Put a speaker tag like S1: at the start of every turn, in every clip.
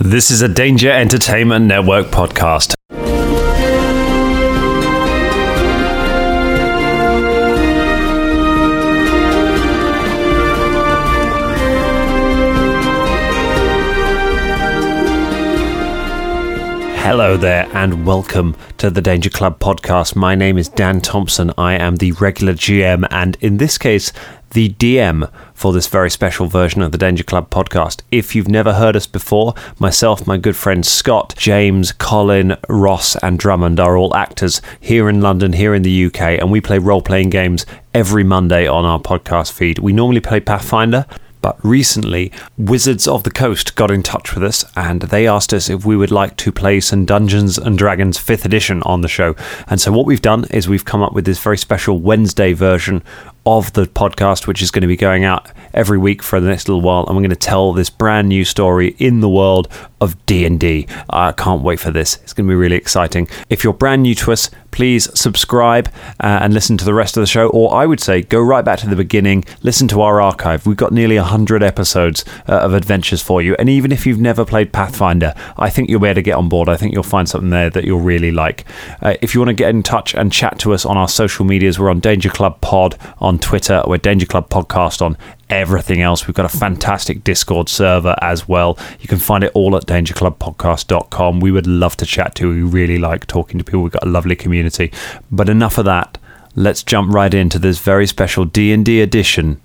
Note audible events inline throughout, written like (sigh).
S1: This is a Danger Entertainment Network podcast. Hello there, and welcome to the Danger Club podcast. My name is Dan Thompson. I am the regular GM, and in this case, the DM for this very special version of the Danger Club podcast. If you've never heard us before, myself, my good friends Scott, James, Colin, Ross, and Drummond are all actors here in London, here in the UK, and we play role playing games every Monday on our podcast feed. We normally play Pathfinder, but recently, Wizards of the Coast got in touch with us and they asked us if we would like to play some Dungeons and Dragons 5th edition on the show. And so, what we've done is we've come up with this very special Wednesday version of the podcast, which is going to be going out every week for the next little while. And we're going to tell this brand new story in the world of D&D. I can't wait for this. It's going to be really exciting. If you're brand new to us, please subscribe uh, and listen to the rest of the show. Or I would say go right back to the beginning, listen to our archive. We've got nearly 100 episodes uh, of adventures for you. And even if you've never played Pathfinder, I think you'll be able to get on board. I think you'll find something there that you'll really like. Uh, if you want to get in touch and chat to us on our social medias, we're on Danger Club Pod on Twitter, we're Danger Club Podcast on everything else. We've got a fantastic Discord server as well. You can find it all at dangerclubpodcast.com. We would love to chat to you. We really like talking to people. We've got a lovely community. But enough of that. Let's jump right into this very special D&D edition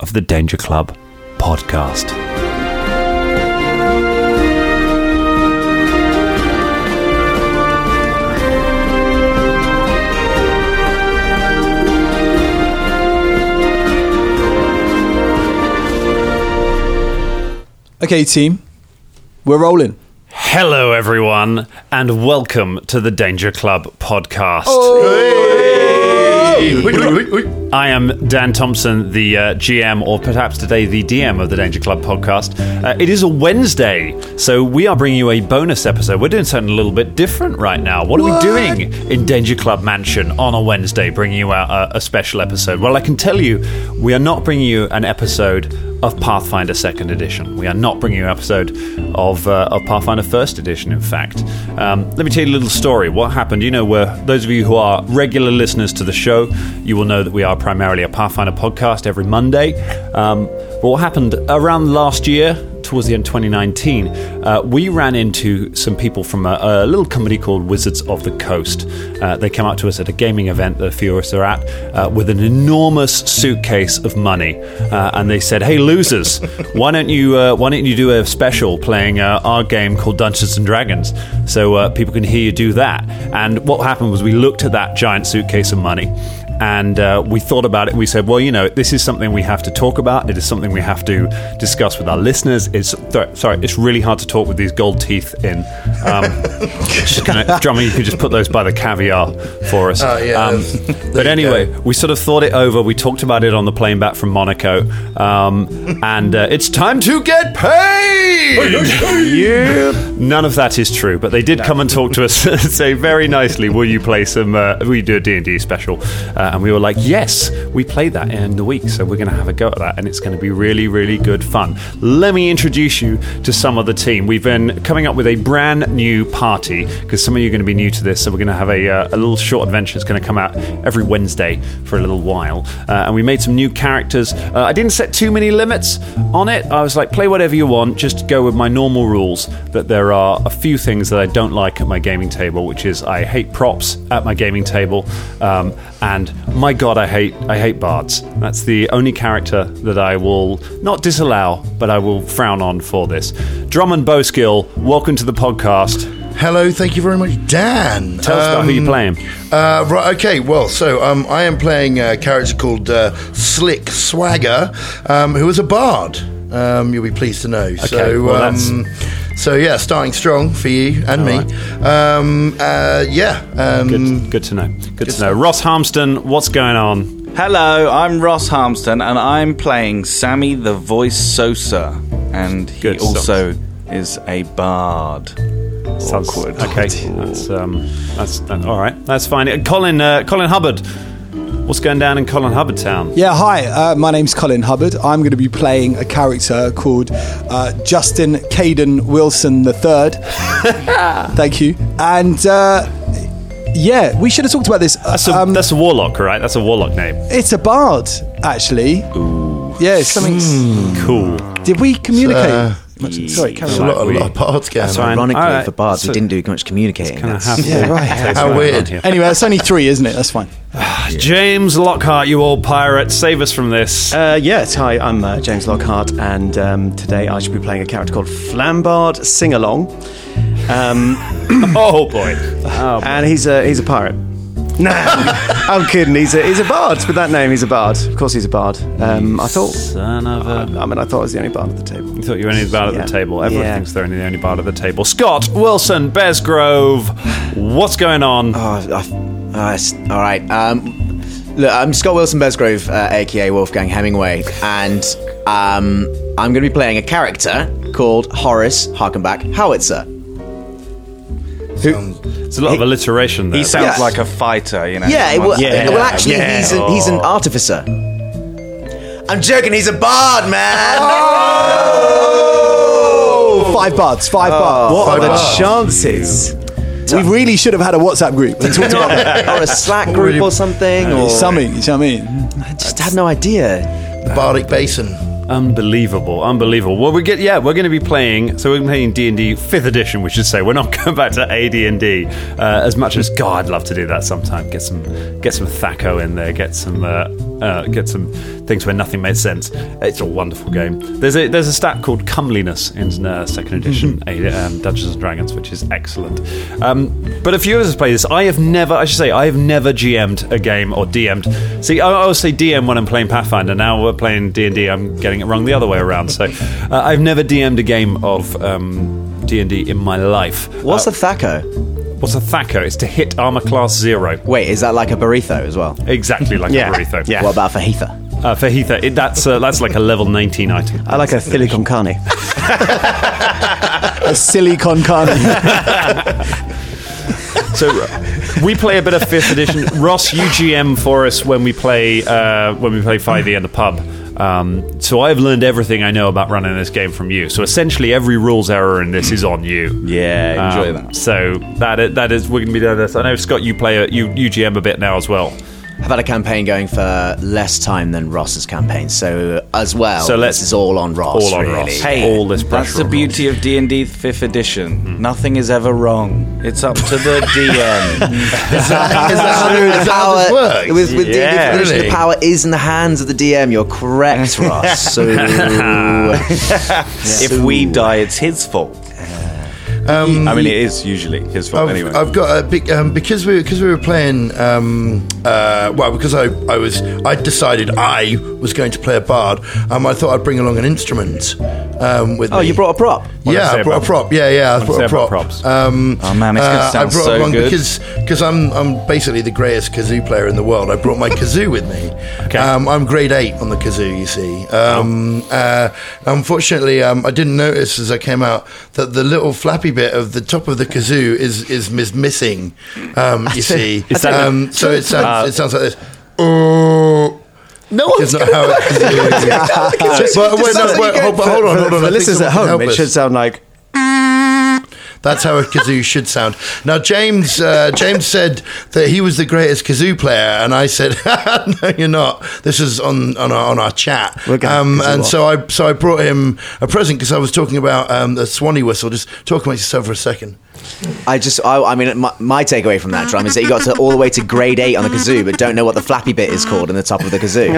S1: of the Danger Club podcast.
S2: Okay, team, we're rolling.
S1: Hello everyone and welcome to the Danger Club podcast.
S3: Uh,
S1: I am Dan Thompson, the uh, GM, or perhaps today the DM of the Danger Club podcast. Uh, it is a Wednesday, so we are bringing you a bonus episode. We're doing something a little bit different right now. What,
S2: What?
S1: are we doing in Danger Club Mansion on a Wednesday, bringing you out a, a special episode? Well, I can tell you, we are not bringing you an episode of Pathfinder Second Edition. We are not bringing you an episode of, uh, of Pathfinder First Edition. In fact, um, let me tell you a little story. What happened? You know, where those of you who are regular listeners to the show, you will know that we are primarily a Pathfinder podcast every Monday. Um, but what happened around last year? towards the end of 2019, uh, we ran into some people from a, a little company called Wizards of the Coast. Uh, they came up to us at a gaming event that a few of us are at uh, with an enormous suitcase of money, uh, and they said, "Hey losers, (laughs) why don't you uh, why don't you do a special playing uh, our game called Dungeons and Dragons so uh, people can hear you do that?" And what happened was we looked at that giant suitcase of money and uh, we thought about it. We said, well, you know, this is something we have to talk about. It is something we have to discuss with our listeners. It's th- sorry, it's really hard to talk with these gold teeth in. Um, (laughs) just gonna, drummer, you could just put those by the caviar for us.
S4: Oh, yeah.
S1: Um, (laughs)
S4: There
S1: but
S4: you
S1: anyway,
S4: go.
S1: we sort of thought it over. We talked about it on the plane back from Monaco, um, and uh, it's time to get (laughs) paid. yeah. None of that is true, but they did come and talk to us (laughs) and say very nicely, "Will you play some? Uh, will you do a D and D special?" Uh, and we were like, "Yes, we play that in the week, so we're going to have a go at that, and it's going to be really, really good fun." Let me introduce you to some of the team. We've been coming up with a brand new party because some of you are going to be new to this, so we're going to have a, uh, a little short adventure that's going to come out every Wednesday for a little while. Uh, and we made some new characters. Uh, I didn't set too many limits on it. I was like, play whatever you want, just go with my normal rules. That there are a few things that I don't like at my gaming table, which is I hate props at my gaming table, um, and my god, I hate I hate bards. That's the only character that I will not disallow, but I will frown on for this. Drummond Bowskill, welcome to the podcast.
S4: Hello, thank you very much, Dan. Um,
S1: Tell us about who you're playing.
S4: Uh, right, okay, well, so um, I am playing a character called uh, Slick Swagger, um, who is a bard. Um, you'll be pleased to know. so,
S1: well, that's-
S4: um, so yeah, starting strong for you and me. Um, uh, yeah, um,
S1: Good, good to know. Good, to know. Ross Harmston, what's going on?
S3: Hello, I'm Ross Harmston, and I'm playing Sammy the Voice Sosa, and he
S1: Good
S3: also is a bard.
S5: (laughs)
S1: Okay, that's um, that's that- all right. That's fine. Uh, Colin, uh, Colin Hubbard, What's going down in Colin Hubbard Town?
S2: Yeah, hi, uh, my name's Colin Hubbard. I'm going to be playing a character called uh, Justin Caden Wilson
S1: (laughs)
S2: III. Thank you. And uh, yeah, we should have talked about this.
S1: That's a,
S2: Um,
S1: that's a warlock, right? That's a warlock name.
S2: it's a bard, actually. Yeah, it's something.
S1: Hmm. Cool. Hmm.
S2: Did we communicate?
S4: Uh,
S2: much? Sorry, carry
S4: There's
S2: on.
S4: a lot, a lot of parts going
S1: That's
S4: on.
S1: fine.
S5: Ironically,
S1: All right,
S5: for bards,
S1: so-
S5: we didn't do much communicating.
S1: Kinda
S5: That's-
S1: have
S2: Yeah,
S1: to- (laughs)
S2: right.
S1: that's
S4: How
S1: what's
S4: weird.
S1: going on here.
S2: Anyway, that's only three, isn't it? That's fine.
S1: James Lockhart, you old pirate, save us from this.
S5: Uh, yes, hi, I'm uh, James Lockhart, and um, today I should be playing a character called Flambard Singalong. (laughs) Um,
S1: oh boy.
S5: and he's a, he's a pirate. (laughs) No, I'm kidding. He's a, he's a bard. With that name, he's a bard. Of course, he's a bard. Um, I thought.
S1: Son of a.
S5: I mean, I thought I was the only bard at the table.
S1: You thought you were only the bard at
S5: Yeah.
S1: the table. Everyone
S5: Yeah.
S1: thinks they're only the only bard at the table. Scott Wilson, Bears Grove, what's going on?
S6: Oh, I, I- uh, s- all right. Um, look, I'm Scott Wilson Besgrove, uh, aka Wolfgang Hemingway, and um, I'm going to be playing a character called Horace Harkenback Howitzer.
S1: It's a lot of alliteration there.
S3: Um, He sounds
S6: Yeah.
S3: like a fighter, you know.
S6: Yeah, it, well,
S5: Yeah.
S6: well, actually,
S5: Yeah.
S6: he's, a, he's an
S3: Oh.
S6: artificer. I'm joking. He's a bard, man.
S2: Five bards, five bards.
S5: What are the
S4: bards.
S5: chances?
S2: We really should have had a WhatsApp group
S7: (laughs)
S2: and talked about (laughs) it.
S6: or a Slack group or something. Or
S2: Something, you know what I mean?
S6: I just had no idea.
S4: The Bardic Basin.
S1: unbelievable, unbelievable. Well, we get yeah, we're going to be playing. So we're playing D and D fifth edition, we should say. We're not (laughs) going back to AD and D uh, as much as God. I'd love to do that sometime. Get some get some Thaco in there. Get some uh, uh, get some things where nothing made sense. It's a wonderful game. There's a there's a stat called comeliness in uh, second
S6: (laughs)
S1: edition uh, um, Dungeons and Dragons, which is excellent. Um, but a few of us play this. I have never, I should say, I have never GM'd a game or DM'd. See, I I always say DM when I'm playing Pathfinder. Now we're playing D and D. I'm getting it wrong the other way around. So uh, I've never DM'd a game of. Um, D and D in my life. Uh,
S6: What's a thaco?
S1: What's a thaco? It's to hit armor class zero.
S6: Wait, is that like a burrito as well?
S1: Exactly like
S5: Yeah,
S1: a burrito.
S5: yeah.
S6: What about a fajita?
S1: Uh, fajita. It, that's uh, that's like a level 19 item.
S5: I like a Philly con carne.
S2: A silly con carne.
S1: (laughs) So uh, we play a bit of fifth edition. Ross, you GM for us when we play uh, when we play five E in the pub. Um, so I've learned everything I know about running this game from you. So essentially, every rules error in this is on you.
S3: Yeah, enjoy
S1: Um,
S3: that.
S1: So that is, that is we're going to be doing this. I know Scott, you play a, you you GM a bit now as well.
S6: I've had a campaign going for less time than Ross's campaign, so as well.
S1: So let's-
S6: this is all on Ross.
S1: all on
S6: really.
S1: Ross. All this
S3: that's
S1: pressure
S6: (laughs)
S3: the
S1: on Hmm.
S3: beauty of D and D Fifth Edition. Nothing is ever wrong. It's up
S1: (laughs)
S3: to the DM.
S4: Is that, is that how,
S6: The
S4: is that how this
S6: power-
S4: works?
S6: With, with D&D
S1: Yeah.
S6: Federation,
S4: Really?
S6: the power is in the hands of the DM.
S1: (laughs)
S6: You're correct, Ross. So,
S3: (laughs) if we die, it's his fault. I mean, it is usually his
S4: I've,
S3: fault anyway.
S4: I've got a big um, because we because we were playing um, uh, well because I, I was I decided I was going to play a bard. Um, I thought I'd bring along an instrument um, with
S6: oh,
S4: me.
S6: you brought a prop.
S1: did I
S4: yeah,
S1: say
S4: I brought
S1: about-
S4: a prop. Yeah, yeah, I
S1: did I
S4: brought
S1: say
S4: a
S1: about
S4: prop.
S1: props?
S4: Um,
S3: Oh, man, it's gonna
S4: I
S3: sound
S4: brought
S3: so
S4: along
S3: good.
S4: because because I'm I'm basically the greatest kazoo player in the world. I brought my kazoo with me.
S1: Okay.
S4: Um, I'm grade eight on the kazoo. You see. Um,
S5: Oh.
S4: uh, unfortunately, um, I didn't notice as I came out that the little flappy bit of the top of the kazoo is is, is missing. Um, you see.
S1: Is that-
S4: um, so it sounds it sounds like this. Oh. No one's not how it is. Well, wait, no, wait, hold, but hold on,
S5: For-
S4: hold on.
S5: for
S4: I think
S5: listeners at
S4: someone can
S5: home,
S4: help
S5: it
S4: us.
S5: should sound like
S4: That's how a kazoo should sound. Now, James, uh, James said that he was the greatest kazoo player, and I said, (laughs) "No, you're not." This is on on our, on our chat,
S5: We're gonna
S4: um,
S5: kazoo
S4: and
S5: off.
S4: so I so I brought him a present because I was talking about um, the Swanee whistle. Just talk about yourself for a second.
S6: I just, I, I mean, my, my takeaway from that drum is that you got to all the way to grade eight on the kazoo, but don't know what the flappy bit is called in the top of
S4: (laughs)
S6: the kazoo.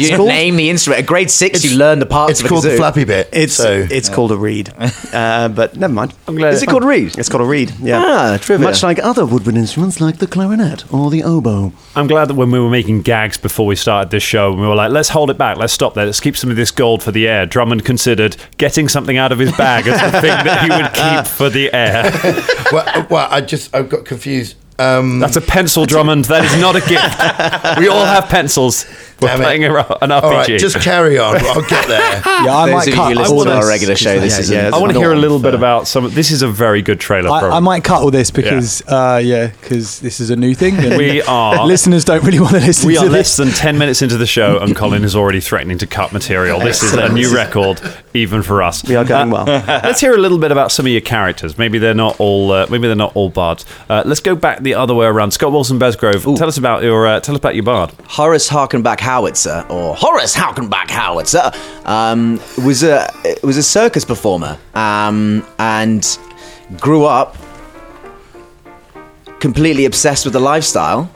S6: you
S5: called-
S6: name the instrument. At grade six, you learn the parts
S4: It's
S6: of a
S4: called
S6: kazoo.
S4: the flappy bit.
S5: it's
S4: so
S5: it's called
S4: (laughs)
S5: a reed, uh, but never mind. I'm
S1: glad
S5: Is
S1: it-
S5: it called a reed? It's called a reed. Yeah,
S6: Ah, trivia.
S5: Much like other woodwind instruments, like the clarinet or the oboe.
S1: I'm glad that when we were making gags before we started this show, we were like, let's hold it back, let's stop there, let's keep some of this gold for the air. Drummond considered getting something out of his bag as the thing that
S4: (laughs)
S1: he would keep for the air.
S2: (laughs)
S4: well, well, I just I got confused. Um,
S1: That's a pencil, Drummond. That is not a gift. We all have pencils. We're
S4: Damn it.
S1: playing a ro- an RPG.
S4: All right, just carry on. I'll get there.
S2: (laughs) Yeah, I
S6: Those
S2: might
S6: of you
S2: cut.
S6: who
S2: I
S6: listen to
S2: wanna-
S6: our regular show, this
S5: Yeah,
S6: is
S5: yeah,
S1: I want to hear a little bit about some. This is a very good trailer.
S2: I,
S1: program.
S2: I might cut all this because, uh, yeah, because this is a new thing. and (laughs)
S1: (laughs)
S5: (laughs)
S1: We are-
S2: listeners don't really want to listen
S1: We
S2: to
S1: are
S2: this.
S1: less than 10 minutes into the show, and Colin is already threatening to cut material. This is a
S5: Excellent.
S1: new record, even for us. Uh,
S5: We are going
S1: (laughs)
S5: well.
S1: Let's hear a little bit about some of your characters. Maybe they're not all. Uh, maybe they're not all bards. Uh, let's go back the other way around. Scott Wilson Besgrove, tell us about your. Uh, tell us about your bard.
S6: Horace Harkenback Howitzer, or Horace Harkenback Howitzer, um, was a was a circus performer um, and grew up completely obsessed with the lifestyle,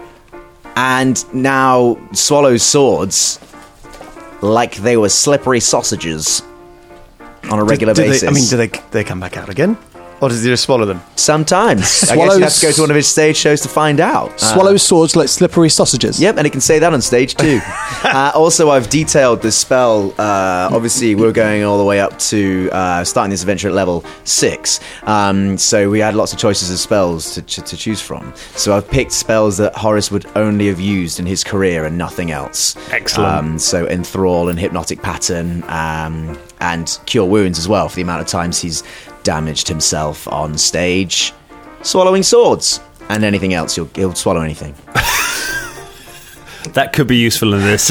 S6: and now swallows swords like they were slippery sausages on a regular
S5: do
S6: basis.
S5: They, I mean, do they they come back out again, or does he just swallow them? (laughs)
S6: sometimes I guess
S2: Swallows-
S6: you have to go to one of his stage shows to find out. Uh,
S2: Swallows swords like slippery sausages.
S6: Yep, and it can say that on stage
S2: (laughs)
S6: too. uh, also, I've detailed the spell. Uh, obviously, we're going all the way up to uh, starting this adventure at level six. Um, so we had lots of choices of spells to, to, to choose from. So I've picked spells that Horace would only have used in his career and nothing else.
S1: Excellent.
S6: Um, so enthrall and hypnotic pattern um, and cure wounds as well for the amount of times he's damaged himself on stage, swallowing swords. And anything else, he'll, he'll swallow anything.
S1: (laughs) That could be useful in this.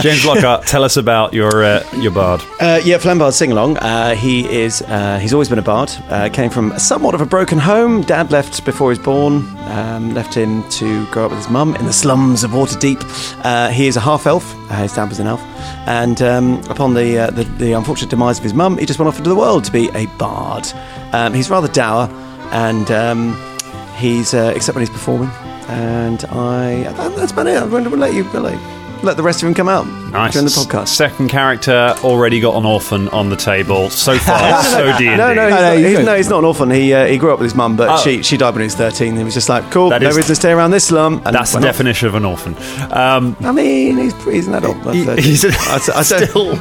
S1: James Lockhart, tell us about your uh, your bard.
S5: Uh, yeah, Flambard sing along. Uh, he is. Uh, he's always been a bard. Uh, came from somewhat of a broken home. Dad left before he was born. Um, left him to grow up with his mum in the slums of Waterdeep. Uh, he is a half elf. Uh, his dad was an elf. And um, upon the, uh, the the unfortunate demise of his mum, he just went off into the world to be a bard. Um, he's rather dour, and um, he's uh, except when he's performing. And I that- that's about it. I'm going to let you let, let the rest of him come out
S1: Nice.
S5: during the podcast.
S1: Second character already got an orphan on the table. So
S5: (laughs)
S1: far, Oh, so D and
S5: No, no, he's,
S2: no,
S5: not,
S2: you
S5: he's,
S2: don't.
S5: no, he's not an orphan. He uh, he grew up with his mum, but
S1: Oh.
S5: she she died when he was thirteen. He was just like, cool,
S1: That
S5: no
S1: is-
S5: reason to stay around this slum. And
S1: That's the
S5: went off.
S1: definition of an orphan. Um,
S5: I mean, he's, he's an adult. by 13.
S1: he's a-
S5: I, I don't- (laughs)
S1: still.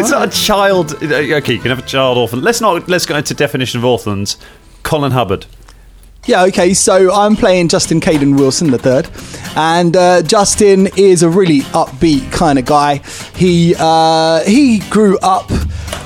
S1: It's not a child. uh, Okay, you can have a child orphan. Let's not. Let's go into definition of orphans. Colin Hubbard.
S2: Yeah, okay, so I'm playing Justin Caden Wilson the third, and uh, Justin is a really upbeat kind of guy. He uh, he grew up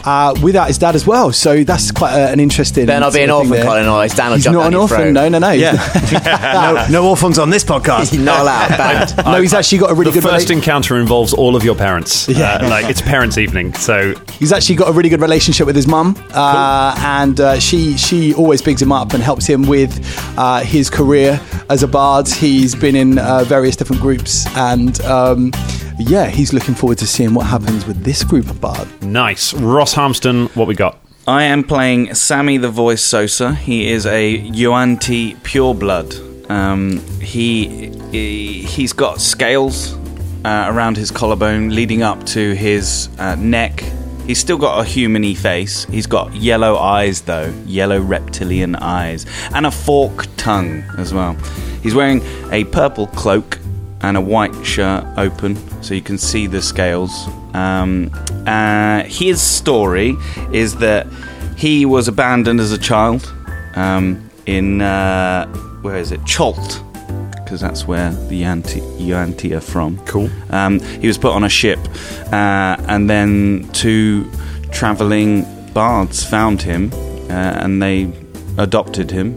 S2: uh, without his dad as well, so that's quite uh, an interesting.
S6: Better not be an
S2: sort of thing
S6: orphan,
S2: there.
S6: Colin, or it's Dan will
S2: He's
S6: jump
S2: not
S6: down
S2: an
S6: your
S2: orphan.
S6: throat.
S2: No, no, no.
S6: (laughs)
S5: yeah, no, no orphans on this podcast.
S6: Not allowed. Banned.
S2: no, he's actually got a really
S1: The
S2: good. rela-
S1: first encounter involves all of your parents. Yeah,
S2: Yeah.
S1: like it's parents' evening. So
S2: he's actually got a really good relationship with his mum, uh, and uh, she she always bigs him up and helps him with uh, his career as a bard. He's been in uh, various different groups, and um, yeah, he's looking forward to seeing what happens with this group of bard.
S1: nice, Ross Harmston. What we got?
S3: I am playing Sammy the Voice Sosa. He is a Yuan-Ti pureblood. Um, he, he he's got scales uh, around his collarbone, leading up to his uh, neck. He's still got a human-y face. He's got yellow eyes, though yellow reptilian eyes, and a forked tongue as well. He's wearing a purple cloak and a white shirt open so you can see the scales. Um, uh, his story is that he was abandoned as a child um, in, uh, where is it? Cholt, because that's where the Yanti, Yuanti are from. Cool. Um, he was put on a ship uh, and then two traveling bards found him uh, and they adopted him,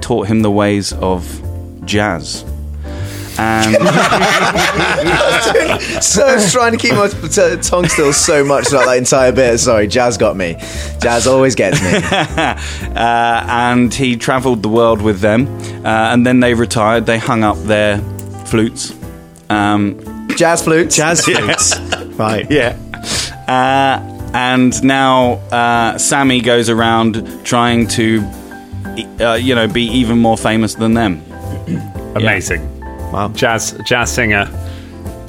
S3: taught him the ways of jazz.
S6: (laughs)
S3: And
S6: (laughs)
S3: (laughs)
S6: so I was trying to keep my t- tongue still so much throughout that entire bit. Sorry, Jazz got me. Jazz always gets me.
S3: uh, and he travelled the world with them. Uh, and then they retired. They hung up their flutes. Um,
S6: Jazz flutes.
S3: (laughs)
S5: Jazz flutes. right.
S3: yeah. Uh, and now uh, Sammy goes around trying to, uh, you know, be even more famous than them.
S1: Amazing.
S5: Wow.
S1: Jazz jazz singer,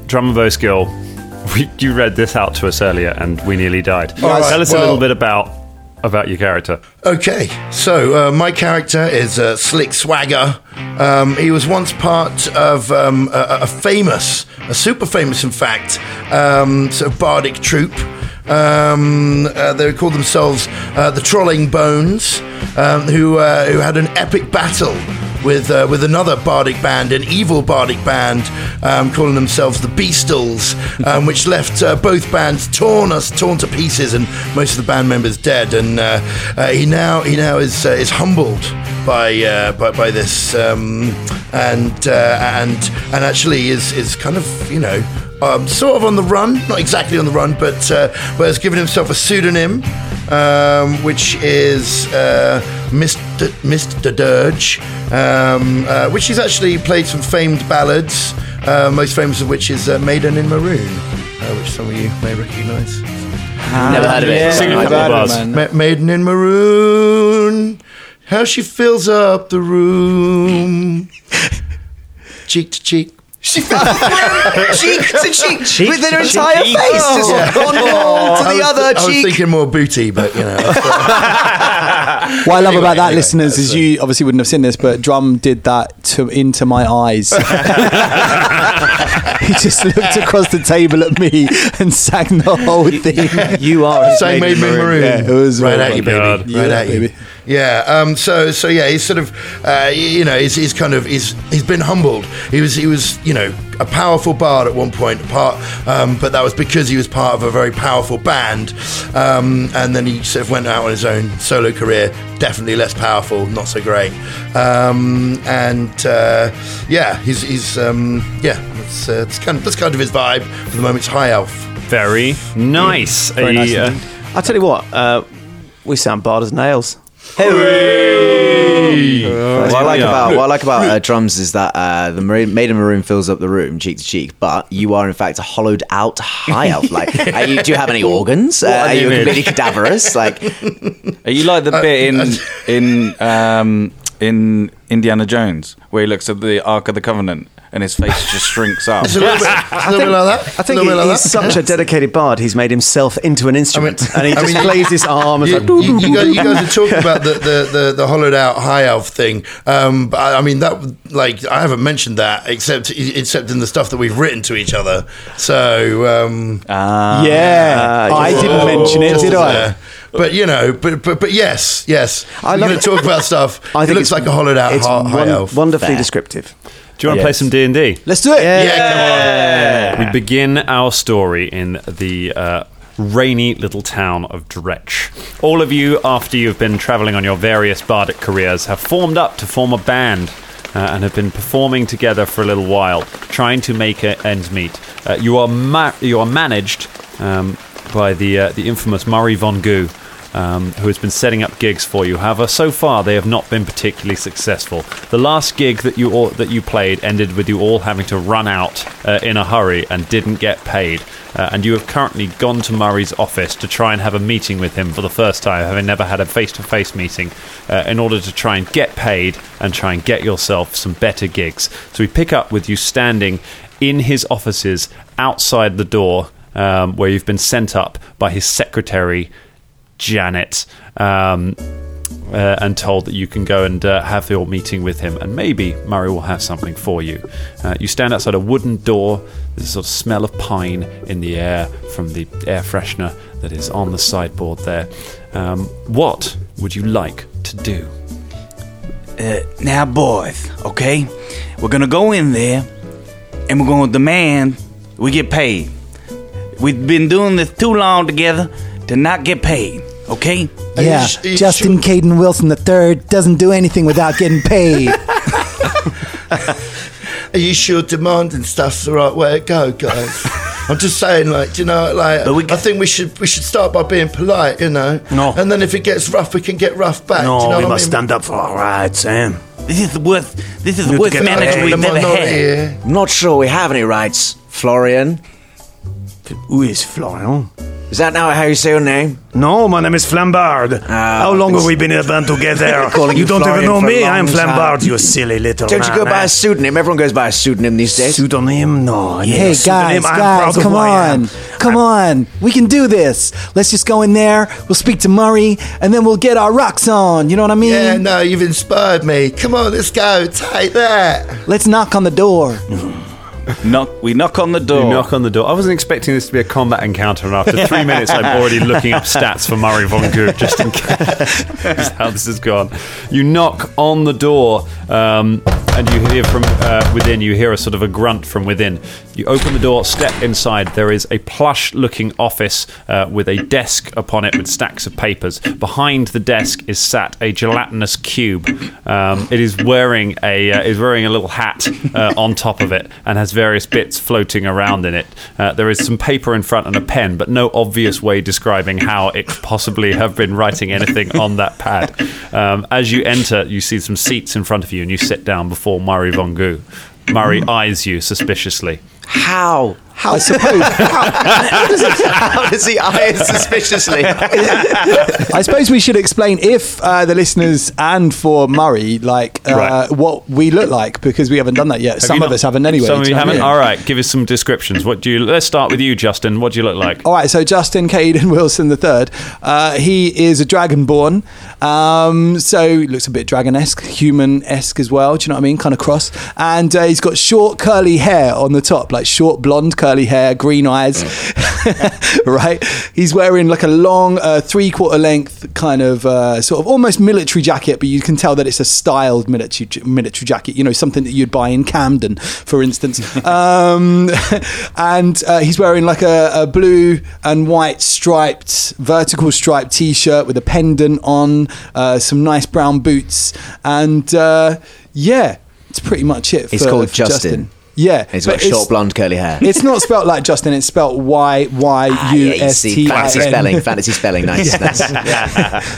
S1: drum and bow skill. We, you read this out to us earlier, and we nearly died.
S4: All right,
S1: Tell us a
S4: well-
S1: little bit about about your character.
S4: Okay, so uh, my character is uh, Slick Swagger. Um, he was once part of um, a, a famous, a super famous, in fact, um, sort of bardic troupe. Um, uh, they called themselves uh, the Trolling Bones, um, who uh, who had an epic battle with uh, with another bardic band, an evil bardic band, um, calling themselves the Beastles, um, which left uh, both bands torn us torn to pieces, and most of the band members dead. And uh, uh, he now he now is uh, is humbled by uh, by, by this, um, and uh, and and actually is is kind of you know um, sort of on the run, not exactly on the run, but uh, but has given himself a pseudonym, um, which is uh, Mr. Mr. Dirge, um, uh, which he's actually played some famed ballads, uh, most famous of which is uh, Maiden in Maroon, uh, which some of you may recognise.
S6: Never heard of it.
S1: Sing a
S6: Sorry.
S1: couple of bars.
S4: Ma- Maiden in Maroon, how she fills up the
S6: (laughs)
S4: room, cheek to cheek.
S6: She fell (laughs) cheek to Oh, cheek, with her entire face just on one wall to
S4: I
S6: the
S4: was-
S6: other
S4: I was
S6: cheek.
S4: thinking more booty, but you know.
S2: What I love about that,
S4: anyway,
S2: listeners, is you obviously wouldn't have seen this, but Drum did that to into my
S4: (laughs)
S2: eyes. he just looked across the table at me and sang the whole thing.
S5: You are a
S4: Sang Oh, Made Me Maroon.
S2: Yeah, it was
S4: right
S2: very
S4: at you,
S2: good.
S4: baby.
S1: Oh, God.
S4: Right
S2: Yeah,
S4: at you.
S2: baby.
S4: Yeah. Um, so so yeah, he's sort of uh, y- you know he's, he's kind of he's he's been humbled. He was he was you know a powerful bard at one point, part um, but that was because he was part of a very powerful band, um, and then he sort of went out on his own solo career. Definitely less powerful, not so great. Um, and uh, yeah, he's he's um, yeah that's, uh, that's kind of that's kind of his vibe for the moment. It's high elf.
S1: Very nice. A,
S2: nice
S1: uh,
S2: indeed.
S5: I'll tell you what, uh, we sound bard as nails.
S6: What I like
S1: Yeah.
S6: about what I like about uh, drums is that uh, the maroon, maiden maroon fills up the room cheek to cheek, but you are in fact a hollowed out high
S4: (laughs)
S6: elf. Like, are you, do you have any organs? Uh, are you completely cadaverous? Like,
S3: Are you like
S4: Uh,
S3: the bit in
S4: (laughs)
S3: in um, in Indiana Jones where he looks at the Ark of the Covenant and his face just shrinks up?
S4: It's a
S5: (laughs)
S4: little bit, a little bit like that.
S5: I think
S4: a
S5: he,
S4: little bit like
S5: he's
S4: that.
S5: such a dedicated bard. He's made himself into an instrument,
S4: I mean-
S5: and he
S4: I
S5: just
S4: mean-
S5: plays his arm. As
S4: You,
S5: like,
S4: you- you guys, you
S5: (laughs)
S4: guys are talking about the, the, the, the hollowed out high elf thing, um, but I, I mean that like I haven't mentioned that except except in the stuff that we've written to each other. So um,
S2: yeah,
S5: Uh,
S2: I
S5: Ah, yeah.
S2: didn't mention it,
S4: just
S2: did
S4: as
S2: I?
S4: a- But you know, but but, but yes, yes.
S5: I
S4: I
S5: love
S4: love to
S5: it.
S4: talk about stuff.
S5: I
S4: it
S5: think
S4: looks
S5: it's-
S4: like a hollowed out
S5: it's
S4: high,
S5: won-
S4: high elf.
S5: wonderfully descriptive.
S1: do you want to play some D and D?
S2: Let's do it.
S4: yeah, come on.
S1: We begin our story in the uh, rainy little town of Dretch. All of you, after you've been travelling on your various bardic careers, have formed up to form a band. uh, and have been performing together for a little while, trying to make uh, ends meet. Uh, you are ma- you are managed um, by the uh, the infamous Murray von Goo, um, who has been setting up gigs for you. However, so far they have not been particularly successful. The last gig that you all, that you played ended with you all having to run out uh, in a hurry and didn't get paid. Uh, and you have currently gone to Murray's office to try and have a meeting with him for the first time, having never had a face-to-face meeting, uh, in order to try and get paid and try and get yourself some better gigs. So we pick up with you standing in his offices outside the door um, where you've been sent up by his secretary Janet um, uh, and told that you can go and uh, have your meeting with him, and maybe Murray will have something for you. Uh, you stand outside a wooden door. There's a sort of smell of pine in the air from the air freshener that is on the sideboard there. Um, what would you like to do?
S3: Uh, now, boys, okay? We're gonna go in there and we're gonna demand we get paid. We've been doing this too long together to not get paid, okay?
S2: Yeah,
S4: Are you
S2: Justin Caden Wilson III doesn't do anything without getting paid.
S4: Are you sure demanding stuff's the right way to go,
S3: (laughs)
S4: guys? I'm just saying, like, do you know, like,
S3: But we-
S4: I think we should we should start by being polite, you know.
S5: No.
S4: And then if it gets rough, we can get rough back. do Uh, you know what I mean?
S5: up for our rights, Sam.
S3: This is the worst. This is the
S5: Need to
S3: worst
S5: get
S3: manager
S5: paid.
S4: Hey,
S3: we've
S4: the
S3: never
S4: minority
S3: had.
S4: here.
S6: I'm not sure we have any rights, Florian.
S5: Who is Florian?
S6: Is that now how you say your name? Ah,
S5: No, my name is Flambard. How long have we been in a band together?
S6: (laughs) Calling you
S5: you don't even
S6: Florian
S5: know
S6: for a
S5: me.
S6: long
S5: I am
S6: time.
S5: Flambard, you silly little
S6: Don't you go
S5: man,
S6: by
S5: eh?
S6: a pseudonym? Everyone goes by a pseudonym these days.
S5: pseudonym? No. I need
S2: Hey
S5: a
S2: guys,
S5: pseudonym. I'm
S2: guys,
S5: proud of
S2: come
S5: who I
S2: on.
S5: am.
S2: Come on. We can do this. Let's just go in there. We'll speak to Murray and then we'll get our rocks on. You know what I mean?
S4: Yeah, no, you've inspired me. Come on, let's go. Take that.
S2: Let's knock on the door.
S3: knock, we knock on the door.
S1: You knock on the door. I wasn't expecting this to be a combat encounter, and after
S3: (laughs)
S1: three minutes, I'm already looking up stats for Murray von Good just in case
S3: (laughs)
S1: That's how this has gone. You knock on the door, um, and you hear from uh, within. You hear a sort of a grunt from within. You open the door, step inside. There is a plush-looking office uh, with a desk upon it with stacks of papers. Behind the desk is sat a gelatinous cube. Um, it is wearing a uh, is wearing a little hat uh, on top of it and has various bits floating around in it. Uh, there is some paper in front and a pen, but no obvious way describing how it could possibly have been writing anything on that pad. Um, as you enter, you see some seats in front of you, and you sit down before Murray Von Goo. Murray
S2: Mm-hmm.
S1: eyes you suspiciously.
S6: How?
S2: I suppose.
S6: (laughs) How does he eye it suspiciously?
S2: I suppose we should explain if uh, the listeners and for Murray, like uh,
S1: Right.
S2: what we look like because we haven't done that yet. some
S1: You
S2: of
S1: not-
S2: us haven't anyway.
S1: Some of
S2: do
S1: you
S2: know what I
S1: haven't.
S2: mean?
S1: All right, give us some descriptions. What do you? Let's start with you, Justin. What do you look like?
S2: All right, so Justin Caden (laughs) Wilson III, uh, he is a dragonborn, um, so he looks a bit dragon-esque, human-esque as well. Do you know what I mean? Kind of cross, and uh, he's got short curly hair on the top, like short blonde curly hair, green eyes. (laughs) right, he's wearing like a long uh, three-quarter length kind of uh, sort of almost military jacket, but you can tell that it's a styled military military jacket. You know, something that you'd buy in Camden, for
S6: (laughs)
S2: instance. um, (laughs) and uh, he's wearing like a, a blue and white striped, vertical striped t-shirt with a pendant on, uh, some nice brown boots, and uh, yeah, it's pretty much it.
S6: He's
S2: for-
S6: called
S2: for
S6: Justin.
S2: Yeah,
S6: He's
S2: but
S6: got
S2: it's-
S6: short blonde curly hair.
S2: (laughs) It's not spelt like Justin. It's spelt Y
S6: Ah,
S2: Y
S6: yeah,
S2: U
S6: you
S2: S
S6: see,
S2: T I
S6: fancy spelling,
S2: N.
S6: fantasy spelling,
S2: (laughs)
S4: (laughs)
S6: nice. nice.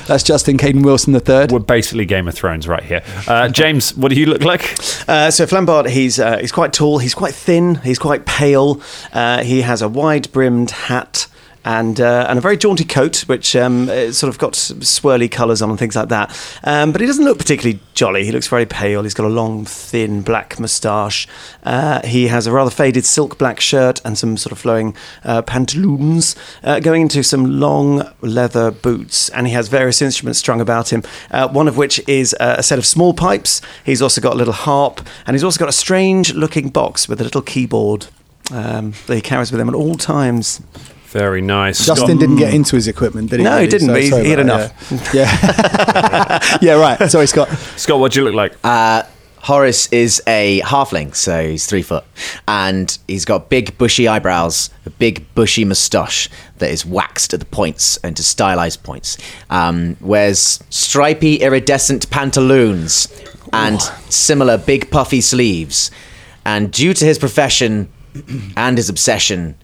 S2: That's Justin Caden Wilson the third.
S1: We're basically Game of Thrones right here. Uh, James, what do you look like?
S5: Uh, so Flambard, he's uh, he's quite tall, he's quite thin, he's quite pale. Uh, he has a wide-brimmed hat and uh, and a very jaunty coat, which um, it's sort of got s- swirly colours on and things like that. Um, but he doesn't look particularly jolly. He looks very pale. He's got a long, thin black moustache. Uh, he has a rather faded silk black shirt and some sort of flowing uh, pantaloons uh, going into some long leather boots. And he has various instruments strung about him, uh, one of which is uh, a set of small pipes. He's also got a little harp, and he's also got a strange looking box with a little keyboard um, that he carries with him at all times.
S1: Very nice.
S2: Justin didn't get into his equipment, did he?
S5: No, he
S2: really?
S5: didn't,
S2: So
S5: but he-
S2: sorry
S5: he had
S2: about that, (laughs) Yeah. Yeah. yeah, right. Sorry, Scott.
S1: (laughs) Scott, what do you look like?
S6: Uh, Horace is a halfling, so he's three foot, and he's got big bushy eyebrows, a big bushy moustache that is waxed at the points and to stylize points. Um, wears stripy iridescent pantaloons and similar big puffy sleeves, and due to his profession and his obsession,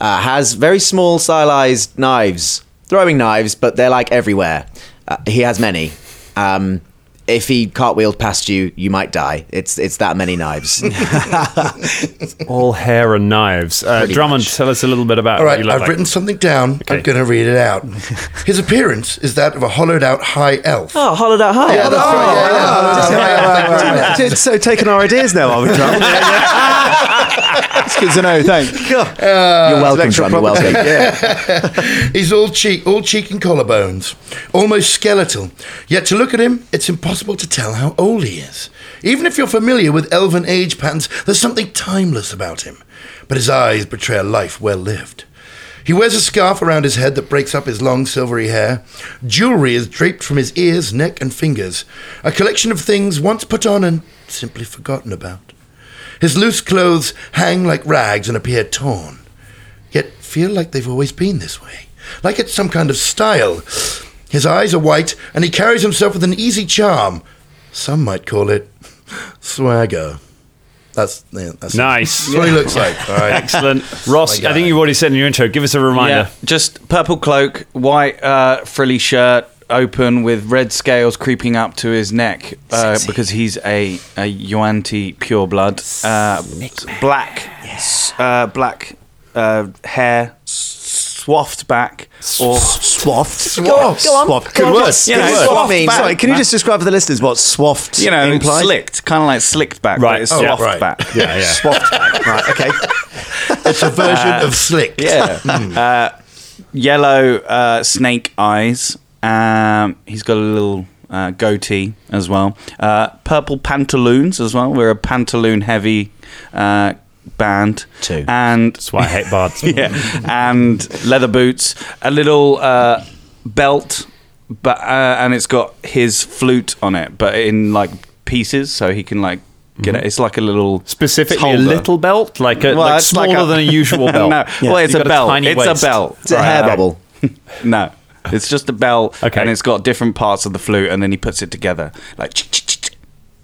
S6: uh, has very small stylized knives, throwing knives, but they're like everywhere. Uh, he has many. Um, if he cartwheeled past you, you might die. It's it's that many (laughs) knives.
S1: All hair and knives. Uh,
S6: Pretty
S1: Drummond,
S6: much.
S1: tell us a little bit about
S4: All
S1: what
S4: right,
S1: Ah, you look
S4: I've
S1: like.
S4: written something down.
S1: Okay.
S4: I'm going to read it
S3: (laughs)
S4: out. His appearance is that of a hollowed out high
S3: (laughs)
S4: elf.
S6: oh, hollowed out high. Oh.
S4: Yeah, that's right, yeah, yeah,
S6: (laughs)
S4: hollowed out high elf, thank you very much.
S5: so taking our ideas now, are
S4: (laughs)
S5: we, John?
S2: It's good to know. Thanks.
S4: Uh,
S6: You're welcome, John. You're
S4: (laughs)
S6: welcome.
S4: He's all cheek, all cheek and collarbones, almost skeletal. Yet to look at him, it's impossible to tell how old he is. Even if you're familiar with elven age patterns, there's something timeless about him. But his eyes betray a life well lived. He wears a scarf around his head that breaks up his long silvery hair. Jewelry is draped from his ears, neck, and fingers, a collection of things once put on and simply forgotten about. His loose clothes hang like rags and appear torn yet feel like they've always been this way, like it's some kind of style. His eyes are white, and he carries himself with an easy charm. Some might call it swagger. That's yeah, that's
S1: Nice.
S4: That's (laughs) what he looks like. All right.
S1: Excellent. Ross,
S4: My
S1: I think
S4: guy.
S1: you've already said in your intro. Give us a
S3: Yeah,
S1: reminder.
S3: just purple cloak, white uh, frilly shirt, open with red scales creeping up to his neck uh, because he's a, a Yuan-ti pure blood. Uh, black, s- uh, black uh, hair, s- swathed back, or
S5: Swaft.
S4: Swaft. Go on. Good
S5: Good
S4: word.
S5: word.
S3: Yeah,
S5: Good
S3: it's
S5: word.
S3: swaft
S5: Means-
S3: back.
S5: Sorry, can you just describe for the listeners what swaft
S3: you know,
S5: implies?
S3: slicked, kind of like slicked back,
S1: Right.
S3: right? It's
S1: Oh,
S3: swathed
S4: right.
S3: back.
S1: Yeah, yeah.
S5: Swaft back. Right, okay.
S4: (laughs) It's a version of slick. Hmm.
S3: Yeah. uh, yellow uh, snake eyes. Um, he's got a little uh, goatee as well. Uh, purple pantaloons as well. We're a pantaloon heavy uh, band.
S6: Two.
S3: And
S1: That's why I hate bards.
S3: (laughs) yeah, and leather boots, a little uh, belt, but uh, and it's got his flute on it, but in like pieces, so he can like get
S4: Mm-hmm.
S3: it. It's like a little
S1: Specifically,
S3: holder.
S1: a little belt, like a
S3: Well,
S1: like
S3: it's like
S1: smaller
S3: a-
S1: than a usual belt.
S3: (laughs) no, well, it's
S1: You've
S3: a
S1: got
S3: belt.
S1: tiny
S3: it's
S1: waist.
S3: a belt.
S6: It's a hair bubble.
S3: (laughs) No, it's just a belt,
S1: Okay.
S3: and it's got different parts of the flute, and then he puts it together like.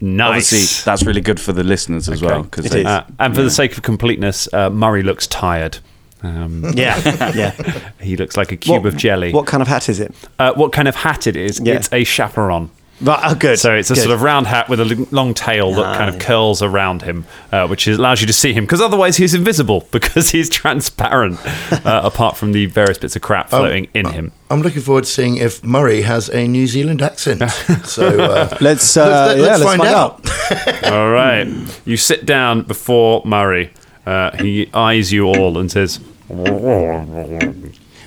S1: Nice.
S3: Obviously, that's really good for the listeners as well Ah, because
S5: It is.
S1: Uh, and for the sake of completeness, uh, Murray looks tired. Um,
S5: (laughs) Yeah, yeah.
S1: (laughs) he looks like a cube
S5: What-
S1: of jelly.
S5: What kind of hat is it?
S1: uh, what kind of hat it is?
S5: Yeah.
S1: It's a chaperon.
S5: Right, oh, good.
S1: So it's a
S5: good.
S1: sort of round hat with a l- long tail that kind of curls around him, uh, which is, allows you to see him. Because otherwise, he's invisible (laughs) because he's transparent,
S5: (laughs)
S1: uh, apart from the various bits of crap
S5: Oh.
S1: floating in him.
S4: I'm looking forward to seeing if Murray has a New Zealand accent.
S8: (laughs)
S4: So uh,
S2: (laughs) Let's, uh, yeah, let's find
S1: All right, you sit down before Murray. Uh, he eyes you all and says,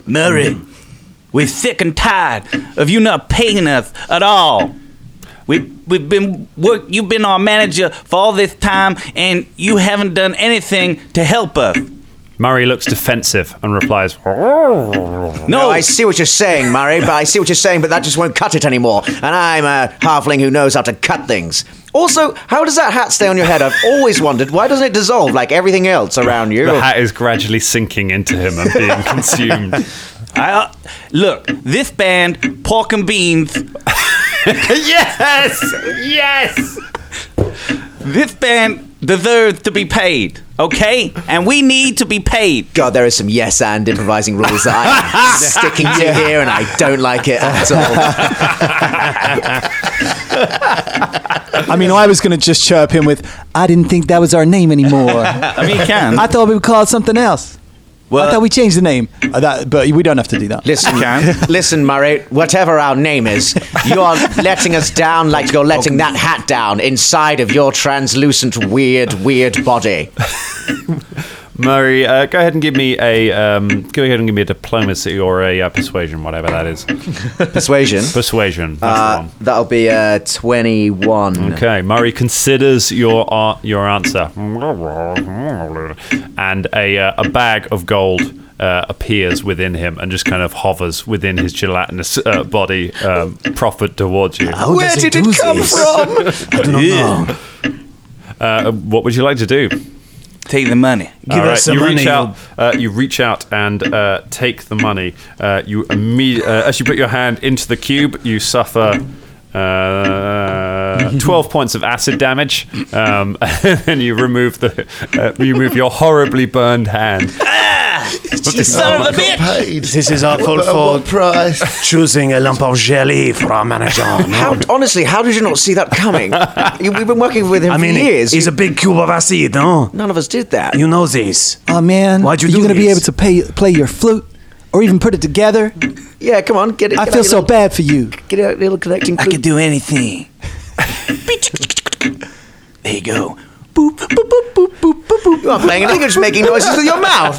S3: Murray, we're sick and tired of you not paying us at all. We we've been work. You've been our manager for all this time, and you haven't done anything to help us.
S1: Murray looks defensive and replies,
S3: No,
S6: Oh, I see what you're saying, Murray, but I see what you're saying, but that just won't cut it anymore. And I'm a halfling who knows how to cut things. Also, how does that hat stay on your head? I've always wondered. Why doesn't it dissolve like everything else around you?
S1: The hat is gradually sinking into him and being consumed.
S3: I, uh, look, this band, Pork and Beans. yes, yes. This band deserves to be paid, okay? And we need to be paid.
S6: God, there is some yes and improvising rules that I
S3: (laughs)
S6: am sticking to here, and I don't like it at all.
S2: (laughs) I mean, I was going to just chirp him with, I didn't think that was our name anymore. I
S3: I mean, you can.
S2: thought we would call it something else. I thought we changed the name. Uh, that, but we don't have to do that.
S6: Listen,
S3: can.
S6: listen, Murray. Whatever our name is, you are letting us down like you're letting that hat down inside of your translucent, weird, weird body.
S1: Murray, uh, go ahead and give me a um, go ahead and give me a diplomacy or a uh, persuasion, whatever that is.
S6: Persuasion.
S1: Persuasion. That's the
S6: Uh,
S1: one.
S6: that'll be uh, twenty-one.
S1: Okay, Murray considers your uh, your answer, and a uh, a bag of gold. Uh, appears within him and just kind of hovers within his gelatinous uh, body, um, proffered towards you.
S6: Where did it come
S1: (laughs)
S6: from?
S1: Uh, what would you like to do?
S3: Take the money.
S1: All right, you reach out. Uh, you reach out and uh, take the money. Uh, you imme- uh, as you put your hand into the cube, you suffer. Uh, 12 points of acid damage um, (laughs) and you remove the uh, you remove your horribly burned hand
S3: Ah! Son of a
S4: Got
S3: bitch!
S4: paid.
S8: This is our fault
S4: At what
S8: for
S4: price?
S8: (laughs) choosing a lump of jelly for our manager. No.
S6: (laughs) How, honestly, how did you not see that
S8: (laughs)
S6: coming? You- We've been working with him
S8: I
S6: for
S8: mean,
S6: years.
S8: he's a big cube of acid, no?
S6: None of us did that.
S8: You know this.
S2: Oh, man.
S8: Why'd you
S2: Are
S8: do
S2: going to be
S8: this?
S2: able to pay, play your flute or even put it together?
S6: yeah, come on, get it.
S2: I
S6: get
S2: feel
S6: out
S2: so
S6: your little-
S2: bad for you.
S6: Get out, your little connecting.
S3: I
S6: clue.
S3: could
S4: (laughs)
S3: do anything. there you go. Boop, boop, boop, boop, boop, boop, boop.
S6: You aren't playing anything. You're just making noises with your mouth.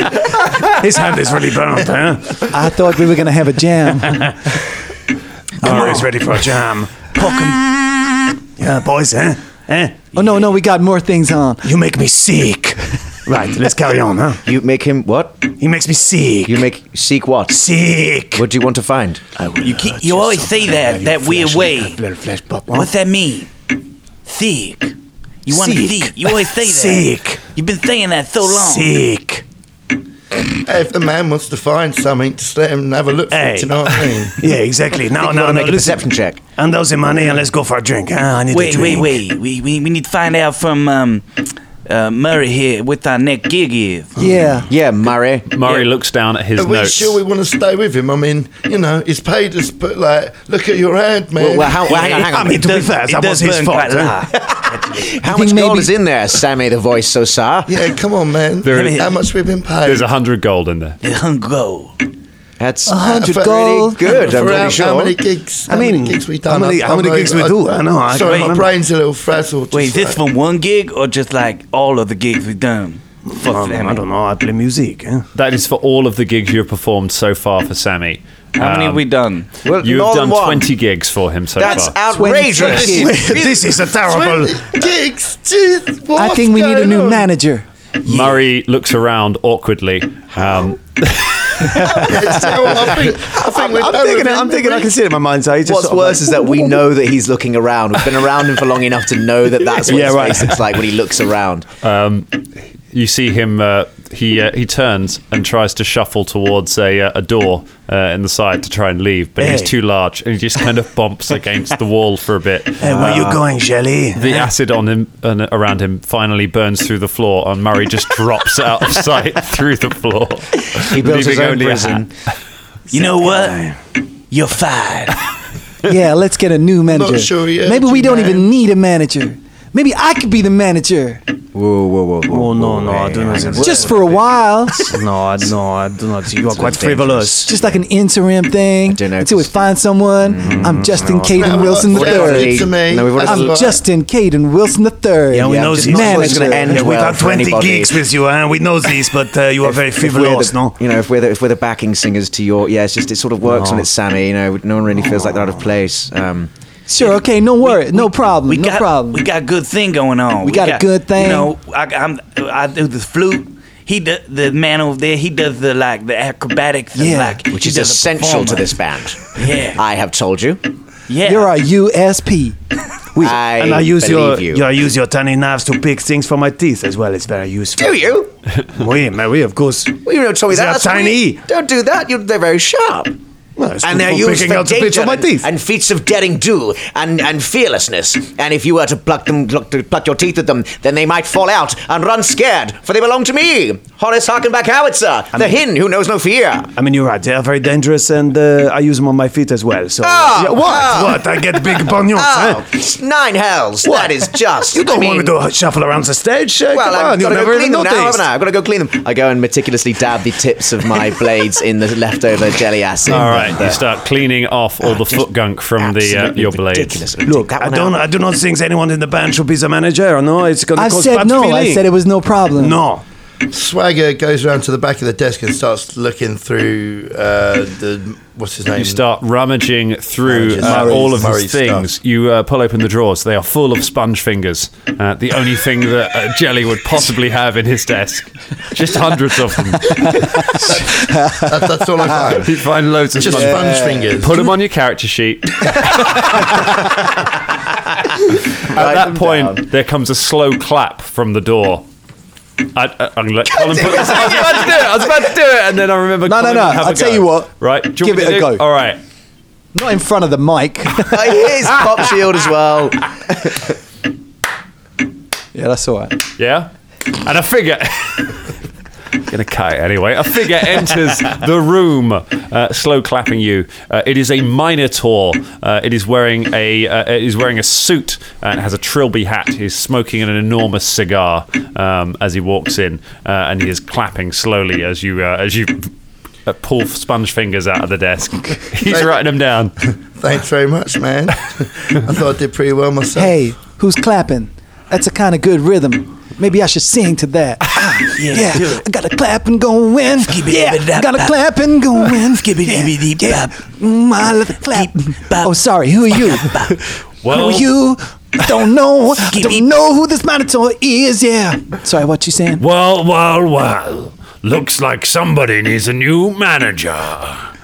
S8: His hand is really burned, huh?
S2: I thought we were going to have a jam.
S8: Murray's ready for a jam. Pock 'em. (laughs) Yeah, boys, eh? Eh?
S2: Oh, no, no, we got more things on.
S8: You make
S4: (laughs)
S8: me sick. Right, let's carry on, huh?
S6: You make him what?
S8: He makes me sick.
S6: You make seek what?
S8: Sick.
S6: What do you want to find?
S3: You, keep, you always say that, that weird way. What's that mean? Sick. You want to
S8: Sick.
S3: sick. You always say that.
S8: Sick.
S3: You've been saying that so long.
S8: Sick.
S4: Hey, if the man wants to find something, just let him have a look. For
S8: Hey.
S4: it, you know what I mean?
S8: Yeah,
S3: (laughs)
S8: exactly. No,
S6: You
S8: no,
S6: wanna
S8: no.
S6: make a
S8: Listen.
S6: perception check.
S8: And those the money, and let's go for a drink. Ah, I need a
S3: Wait, wait,
S8: drink.
S3: wait. We, we, we need to find out from um, uh, Murray here what our next gig is.
S2: Yeah.
S6: Yeah, Murray.
S1: Murray looks down at his
S4: Are we
S1: notes
S4: sure
S9: (laughs)
S4: we want to stay with him? I mean, you know, he's paid us, but like, look at your hand, man.
S6: Well, well, how, well, hang on, hang
S8: I
S6: on.
S8: mean, to be fair, that was his fault. eh? huh?
S4: (laughs)
S6: How
S2: think
S6: much gold
S2: maybe-
S6: is in there, Sammy the voice so sar?
S4: yeah, come on, man.
S1: is-
S4: how much we've been paid?
S1: there's a hundred gold in there
S3: go.
S6: That's
S2: hundred
S6: pretty
S2: gold.
S6: good. I'm
S4: For
S6: pretty
S4: how,
S6: sure.
S4: how many gigs? How
S8: I mean,
S4: many gigs we
S8: how
S4: done?
S8: many-
S4: I'm-
S8: how
S4: I'm
S8: many gigs we
S4: over-
S8: do? I know, I
S4: sorry,
S8: can't
S4: my
S8: remember.
S4: brain's a little frazzled.
S3: Wait, is
S4: just
S3: this
S4: like-
S3: from one gig or just like all of the gigs we've done? Fuck
S8: Um,
S3: Sammy.
S8: I don't know. I play music. eh?
S1: that is for all of the gigs you've performed so far for Sammy Um,
S3: How many have we done?
S6: Well,
S1: you've
S6: more
S1: done
S6: than one.
S1: 20 gigs for him so
S6: (laughs) That's
S1: far
S6: outrageous.
S2: Twenty
S8: this is a terrible.
S4: Twenty gigs? Jeez,
S2: I think we need a
S4: what's
S2: new
S4: going on? (laughs)
S2: manager.
S1: Murray looks around awkwardly. Um,
S4: It's terrible. Oh, I think, I
S8: (laughs)
S4: think we're
S5: I'm
S4: done
S5: thinking,
S4: with
S5: I'm
S4: it.
S5: thinking I can see it in my mind's eye. He's just
S6: What's
S5: sort of
S6: worse
S5: like-
S6: is that we know that he's looking around. We've been around him for long enough to know that that's what
S5: Yeah,
S6: his
S5: right.
S6: face looks like when he looks around.
S1: Um, you see him. Uh, he uh, he turns and tries to shuffle towards a uh, a door uh, in the side to try and leave, but he's
S8: Hey.
S1: too large and he just kind of bumps against the wall for a bit.
S8: Hey, where
S6: Ah.
S8: you going, Shelley?
S1: The acid on him and around him finally burns through the floor, and Murray just drops out of sight (laughs) through the floor.
S6: He built his
S1: Leaving
S6: own
S1: only a hat.
S6: prison.
S8: You know what? You're fired.
S7: yeah, let's get a new manager.
S4: sure yet,
S7: Maybe we don't
S4: man.
S7: even need a manager. Maybe I could be the manager
S6: Whoa, whoa, whoa, whoa.
S8: Oh no, no, I do not.
S7: just for a while,
S8: No, no, I do not. You are quite
S6: dangerous.
S8: frivolous.
S7: just like an interim thing
S6: don't know,
S7: until we
S6: just- Mm-hmm.
S7: find someone. I'm Justin Caden
S4: No,
S7: Wilson
S4: we've already-
S7: III.
S4: to me.
S6: No, we've already-
S7: I'm Justin Caden Wilson III.
S8: Yeah, we
S6: Yeah,
S8: know
S6: just
S8: these.
S6: not what's gonna end
S8: Yeah, we
S6: well
S8: got
S6: for
S8: 20
S6: anybody.
S8: gigs with you, and we know these, but uh, you are very
S6: If we're
S8: frivolous,
S6: the-
S8: no?
S6: You know, if we're the, if we're the backing singers to your, yeah, it's just it sort of works when it's Sammy. You know, no one really feels like they're out of place. Um,
S7: Sure, okay, no worry, no problem,
S9: we
S7: no
S9: got,
S7: problem.
S9: We got a good thing going on.
S7: We got a good thing.
S9: You know, I, I'm, I do the flute. He do, the man over there. He does the like the acrobatic thing,
S7: Yeah.
S9: like
S6: which
S9: he
S6: is
S9: does the
S6: essential to
S9: performance.
S6: this band.
S9: Yeah.
S6: I have told you.
S9: Yeah,
S7: You're our USP.
S6: I
S8: And I use your,
S6: believe you.
S8: yeah, I use your tiny knives to pick things for my teeth as well. It's very useful.
S6: Do you?
S8: (laughs) Oui, mais oui, of course.
S6: Well, you don't tell me
S8: They
S6: that.
S8: are
S6: That's what
S8: tiny.
S6: we- Don't do that. You're, they're very sharp.
S8: Well, it's
S6: and
S8: good
S6: they're
S8: for
S6: used
S8: picking
S6: for
S8: out the bits
S6: danger
S8: of my teeth.
S6: and feats of daring do and, and fearlessness. And if you were to pluck them, pluck, to pluck your teeth at them, then they might fall out and run scared, for they belong to me, Horace Harkenback Howitzer, the hin who knows no fear.
S8: I mean, you're right. They are very dangerous, and uh, I use them on my feet as well. So
S6: Ah,
S8: Yeah, what?
S6: ah.
S8: what? I get
S6: (laughs)
S8: big bunions.
S6: Oh,
S8: huh?
S6: nine hells! That is just.
S8: (laughs) You don't
S6: I mean,
S8: want me to shuffle around the stage? Uh,
S6: Well,
S8: come on,
S6: I've
S8: you
S6: got to
S8: never
S6: go
S8: even
S6: clean them now,
S8: noticed.
S6: haven't I? I've got to go clean them. I go and meticulously dab the tips of
S8: (laughs)
S6: my blades in the leftover jelly acid.
S1: All right, you start cleaning off all the foot gunk from the uh,
S6: Absolutely
S1: your blades.
S6: ridiculous. Take
S8: Look,
S6: that
S8: I
S6: one
S8: don't.
S6: out.
S8: I do not think anyone in the band should be the manager. No, it's going to
S7: I
S8: cause
S7: said
S8: bad
S7: no.
S8: feeling.
S7: I said it was no problem.
S8: no.
S4: Swagger goes around to the back of the desk and starts looking through uh, the what's his name?
S1: You start rummaging through
S4: Manager's
S1: uh,
S4: Murray's-
S1: all of his
S4: Murray's
S1: things. You uh, pull open the drawers; they are full of sponge fingers. Uh, the only thing that uh, Jelly would possibly have in his desk, just hundreds
S7: (laughs)
S1: of them.
S4: That,
S2: (laughs)
S4: that's all I
S1: You
S4: find.
S1: find loads of
S4: Just
S1: sponge.
S4: sponge fingers.
S1: Put them on your
S7: (laughs)
S1: character sheet. At that point, there comes a slow clap from the door. I, I, I'm like, Colin put this, I was about to do it. I was about to do it, and then I remember.
S7: No, no,
S1: Colin
S7: no,
S1: would have
S7: I'll
S1: a go.
S7: tell you what.
S1: Right, do you want
S7: Give
S1: me
S7: it
S1: to
S7: a
S1: do
S7: go.
S1: All right.
S7: Not in front of the mic.
S6: Uh, here's (laughs) pop shield as well.
S7: yeah, that's all right.
S1: Yeah? And a figure. Gonna cut it anyway. A figure enters the room, uh, slow clapping you. Uh, it is a minotaur. Uh, it is wearing a uh, it is wearing a suit uh, and has a trilby hat. He's smoking an enormous cigar um, as he walks in, uh, and he is clapping slowly as you uh, as you uh, pull sponge fingers out of the desk. (laughs) He's writing them down.
S4: Thanks very much,
S6: (laughs)
S4: man. I thought I did pretty well myself.
S7: Hey, who's clapping? That's a kind of good rhythm. Maybe I should sing to
S9: (laughs)
S7: that. yeah, I gotta clap and go in. Yeah, I gotta clap and
S4: (laughs)
S7: go in. Yeah, mm, I love to clap. Oh, sorry. Who are you? Who are
S1: Well-
S7: you? Don't know. Don't know who this monitor is. Yeah. Sorry, what you saying?
S10: (laughs) Well, well, well. Looks like somebody needs a new manager. I've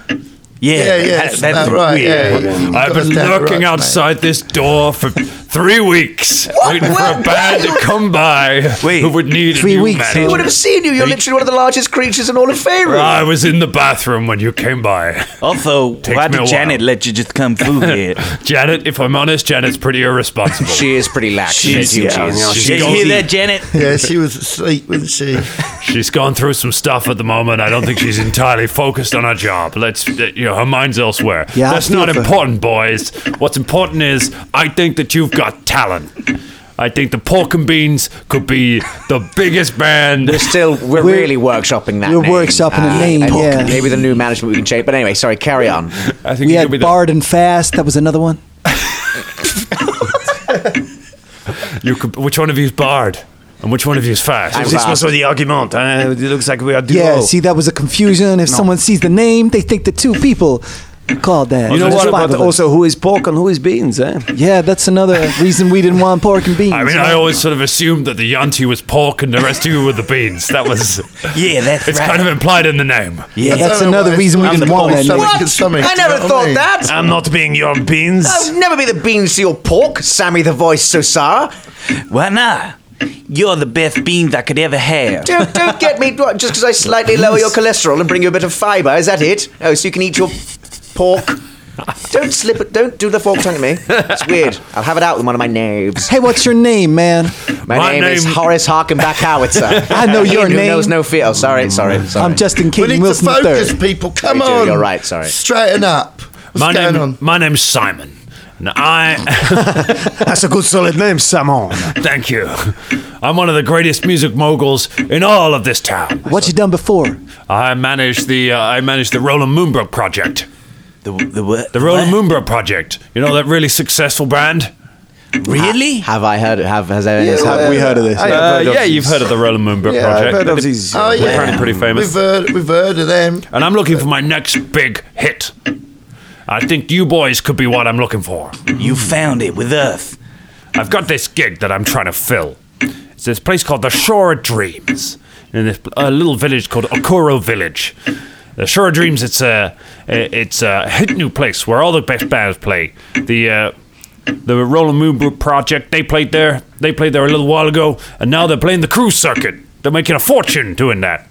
S9: yeah,
S4: Yeah, yeah,
S9: that's-
S4: that's,
S9: that's
S4: right. Yeah,
S9: weird.
S4: yeah. You got us
S10: been
S4: down to
S10: lurking
S4: rights,
S10: outside this door for three weeks, waiting for a band to come by
S8: Wait,
S10: who would need
S7: three
S10: a new
S7: weeks,
S6: I
S10: manager.
S6: would have seen you. You're literally one of the largest creatures in all of Faerun.
S10: I was in the bathroom when you came by. (laughs)
S9: Also, why
S10: me a
S9: did
S10: while.
S9: Janet let you just
S10: (laughs)
S9: come through here?
S10: Janet, if I'm honest, Janet's pretty irresponsible.
S6: She is pretty lax. in her
S10: She's- yeah,
S6: duties.
S10: yeah,
S9: Did you hear that, Janet?
S4: mate. Yeah, she was asleep, wasn't she?
S10: (laughs) She's gone through some stuff at the moment. I don't think she's entirely focused on her job. Let's, uh, you know, her mind's elsewhere.
S7: Yeah, I
S10: That's
S7: feel
S10: not
S7: for her.
S10: important, boys. What's important is I think that you've got talent. I think the Pork and Beans could be the biggest band.
S6: We're still, we're,
S7: We're-
S6: really workshopping that.
S7: we're
S6: name.
S7: workshopping a
S6: Uh,
S7: name,
S6: and
S7: yeah.
S6: Maybe the new management we can change. But anyway, sorry, carry on.
S10: (laughs) I think
S7: We
S10: you could
S7: had
S10: be
S7: Bard and Fast. That was another one.
S10: the, you could, Which one of you's Bard? And which one of you's Fast?
S6: I'm-
S8: This was for the argument. Huh? It looks like we are duo.
S7: Yeah, see, that was a confusion. If someone sees the name, they think they're two people.
S2: God damn.
S5: You know
S2: There's
S5: what?
S2: five
S5: But
S2: of us.
S5: also, who is pork and who is beans? Eh?
S2: Yeah, that's another reason we didn't want pork and beans.
S10: I mean, I always sort of assumed that the Yanti was pork and the rest of you were the beans. That was.
S8: Yeah, that's
S10: It's kind of implied in the name.
S2: yeah, that's
S4: I don't know
S2: another
S4: why.
S2: reason we
S4: I'm
S2: didn't
S4: the
S2: want
S4: pork
S2: any.
S4: stomach and stomach.
S6: I never
S4: You know what
S6: thought
S4: mean?
S6: that.
S8: I'm not being your beans.
S6: I'll never be the beans to your pork, Sammy the voice, so Sarah.
S3: Why not? You're the best beans I could ever have.
S6: Don't, don't get me what, just because I slightly lower your cholesterol and bring you a bit of fibre. Is that it? Oh, so you can eat your pork. Don't slip it. Don't do the fork tongue at me. It's weird. I'll have it out with one of my knaves.
S2: Hey, what's your name, man?
S6: My,
S10: My
S6: name, is
S10: name-
S6: Horace Harkenback Howitzer.
S2: (laughs) I know
S6: He
S2: your
S6: who
S2: name.
S6: knows no fear. Oh, sorry, sorry, sorry.
S2: I'm Justin
S4: We
S2: King
S4: need
S2: Wilson
S4: to focus,
S2: III.
S4: people. Come
S6: Sorry, Joe,
S4: on.
S6: you're right, sorry.
S4: Straighten up. What's
S10: my
S4: going
S10: name,
S4: on?
S10: my name's Simon, and I
S8: That's a good solid name, Samon.
S10: thank you. I'm one of the greatest music moguls in all of this town.
S2: What you done before?
S10: I manage the uh, I manage the Roland Moonbrook project.
S3: The, the what?
S10: The Roland Moonbrook project. You know that really successful band.
S3: Really?
S6: Have I heard? Have has anyone else
S2: Yeah,
S6: heard?
S2: we heard of this. yeah.
S1: Uh, yeah, you've heard of the Roland Moonbrook project.
S4: Oh yeah,
S10: apparently pretty famous.
S4: We've heard, we've heard of them.
S10: and I'm looking for my next big hit. I think you boys could be what I'm looking for.
S3: You found it with us.
S10: I've got this gig that I'm trying to fill. It's this place called the Shore of Dreams in this a little village called Okoro Village. The Shore of Dreams. It's a it's a hit new place where all the best bands play. The uh, the Roland Moonbrook Project. They played there. They played there a little while ago, and now they're playing the cruise circuit. They're making a fortune doing that.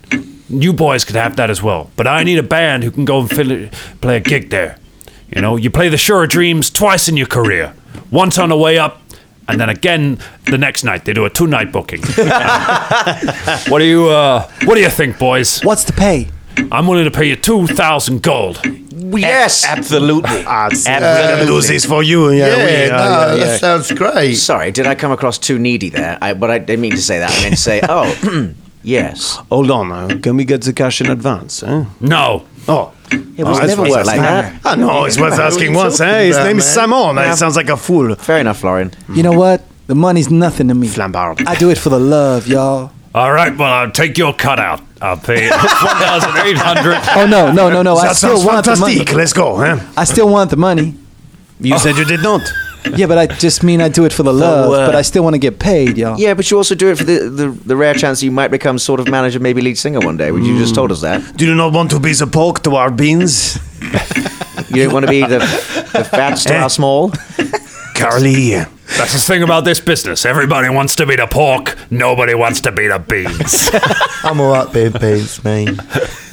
S10: You boys could have that as well, but I need a band who can go and fill it, play a gig there. You know, you play the Shore of Dreams twice in your career. Once on the way up, and then again the next night. They do a two-night booking. what do you uh, What do you think, boys?
S2: What's the pay?
S10: I'm willing to pay you two thousand gold.
S6: Yes.
S3: Absolutely.
S6: Uh,
S8: Absolutely. do this for you. Yeah,
S4: Yeah,
S8: we, uh,
S4: no, that sounds great.
S6: Sorry, did I come across too needy there? I, but I didn't mean to say that. I meant to say,
S8: (clears throat)
S6: oh, yes.
S5: Hold on, uh, can we get the cash in advance? Eh?
S10: No,
S8: Oh.
S6: It was never worked like that.
S8: Ah, no, it's worth asking
S4: What are you
S8: once,
S4: talking
S8: eh? His
S4: about,
S8: name is
S4: man?
S8: Samon. That sounds like a fool.
S6: Fair enough, Lauren.
S2: You know what? The money's nothing to me.
S8: Flambard.
S2: I do it for the love, y'all.
S10: all right. Well, I'll take your cutout. I'll pay (laughs) one thousand eight hundred.
S2: (laughs) Oh no, no, no, no! I
S8: That
S2: still
S8: sounds
S2: want the money.
S8: fantastic. Let's go, eh?
S2: I still want the money.
S5: You said you did not.
S2: Yeah, but I just mean I do it for the love.
S3: uh,
S2: but I still want to get paid, y'all.
S6: Yeah, but you also do it for the, the, the rare chance you might become sort of manager, maybe lead singer one day. Would you just told us that?
S8: Do you not want to be the pork to our beans?
S6: (laughs) You don't want to be the,
S8: (laughs)
S6: the fat to our small?
S8: Eh. Carly.
S10: That's the thing about this business. Everybody wants to be the pork. Nobody wants to be the beans.
S4: I'm all right, being beans, man.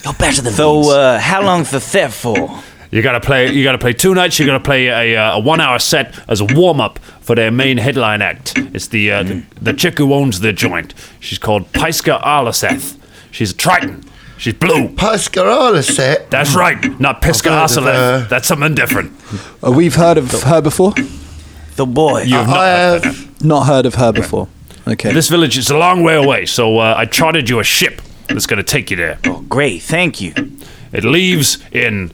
S3: You're better than So, uh, how long's the set for?
S10: You gotta play. You gotta play two nights. You gotta play a, uh, a one-hour set as a warm-up for their main headline act. It's the uh, the, the chick who owns the joint. She's called Piska Arlaseth. She's a Triton. She's blue.
S4: Pascarala set.
S10: That's right. Not Piska
S4: I've heard of
S10: Arsaleth.
S4: her.
S10: That's something different.
S2: Uh, we've heard of her before.
S3: The boy.
S10: You've not
S4: I
S10: heard
S4: have.
S10: that.
S2: Not heard of her before. Okay.
S10: This village is a long way away, so uh, I chartered you a ship that's gonna take you there.
S3: oh, great. Thank you.
S10: It leaves in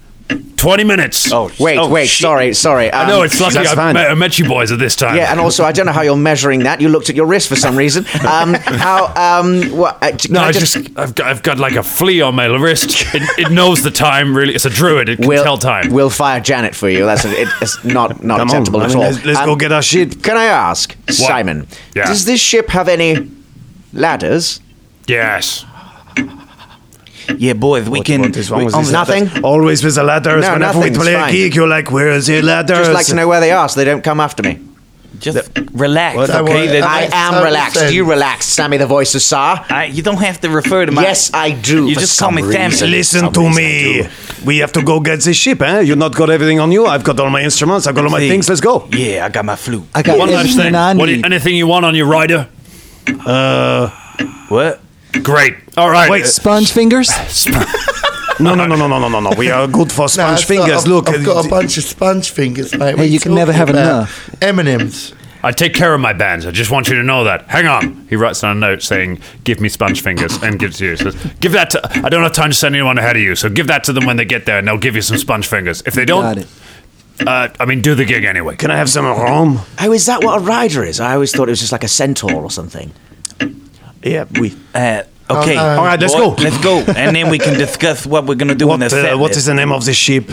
S10: 20 minutes.
S3: Oh,
S6: Wait,
S3: oh,
S6: wait,
S3: shit.
S6: sorry, sorry.
S10: I
S6: um,
S10: know. It's lucky
S8: that's
S10: I
S8: fine.
S10: met, I met you boys at this time.
S6: Yeah, and also I don't know how you're measuring that. You looked at your wrist for some reason. Um, how? Um, what? Uh, can
S10: No,
S6: I
S10: I just, I've, got, I've got like a flea on my wrist. It, it knows the time, really. It's a druid. It can
S6: We'll,
S10: tell time.
S6: we'll fire Janet for you. That's it, it's not not
S8: Come on,
S6: acceptable
S8: I
S6: at
S8: mean,
S6: all. Um,
S8: let's- let's go get our ship.
S6: Can I ask, Simon?
S10: Yeah.
S6: Does this ship have any ladders?
S10: yes.
S3: Yeah, boys, we can.
S8: What is wrong
S3: we-
S8: with
S3: on
S8: this?
S3: the-
S6: Oh, Nothing?
S8: Always with the ladders.
S6: No,
S8: Whenever we
S6: nothing's
S8: play a
S6: fine.
S8: gig, you're like, where is the ladders?
S6: Just like to know where they are, so they don't come after me.
S3: Just relax,
S4: Don't
S3: okay?
S4: worry,
S3: Then
S4: I-
S6: I
S4: That's
S6: am
S4: so
S6: relaxed.
S4: insane.
S6: You relax, Sammy. The voice of Sar.
S3: I, you don't have to refer to my.
S6: Yes, I do.
S3: You
S6: for
S3: just call
S6: some
S3: me Sammy.
S6: reason.
S8: Listen
S6: Some
S8: to
S6: reason
S8: me.
S6: I do.
S8: We have to go get the ship, eh? You've not got everything on you. I've got all my instruments. I've got all my
S3: See.
S8: things. Let's go.
S3: Yeah, I got my flute.
S2: I got
S10: One last
S2: everything
S10: thing.
S2: I
S10: What do you-
S2: need.
S10: anything you want on your rider?
S3: what?
S10: Great. All right.
S8: Wait.
S2: Sponge fingers.
S8: No, no, no, no, no, no, no, no. We are good
S4: (laughs)
S8: for
S4: No,
S8: sponge
S4: I've got-
S8: fingers.
S4: I've-
S8: Look,
S4: I've got a
S8: uh,
S4: bunch of sponge fingers, mate. What are
S2: you can
S4: talking
S2: never have
S4: about?
S2: enough.
S4: M&M's.
S10: I take care of my bands. I just want you to know that. Hang on. He writes down a note saying, "Give me sponge fingers," and gives you. Says, "Give that to." I don't have time to send anyone ahead of you, so give that to them when they get there, and they'll give you some sponge fingers. If they
S2: Got
S10: don't,
S2: it.
S10: uh, I mean, do the gig anyway.
S8: can I have some
S9: Uh,
S8: rum?
S6: Oh, is that what a rider is? I always thought it was just like a centaur or something.
S8: Yeah, we.
S3: Uh,
S4: Oh,
S9: Okay.
S8: All right, let's
S9: Boy,
S8: go.
S9: Let's go. And then we can
S8: (laughs)
S9: discuss what we're going to do in
S8: What,
S9: the
S8: uh,
S9: set
S8: what
S9: list.
S8: is the name of this ship?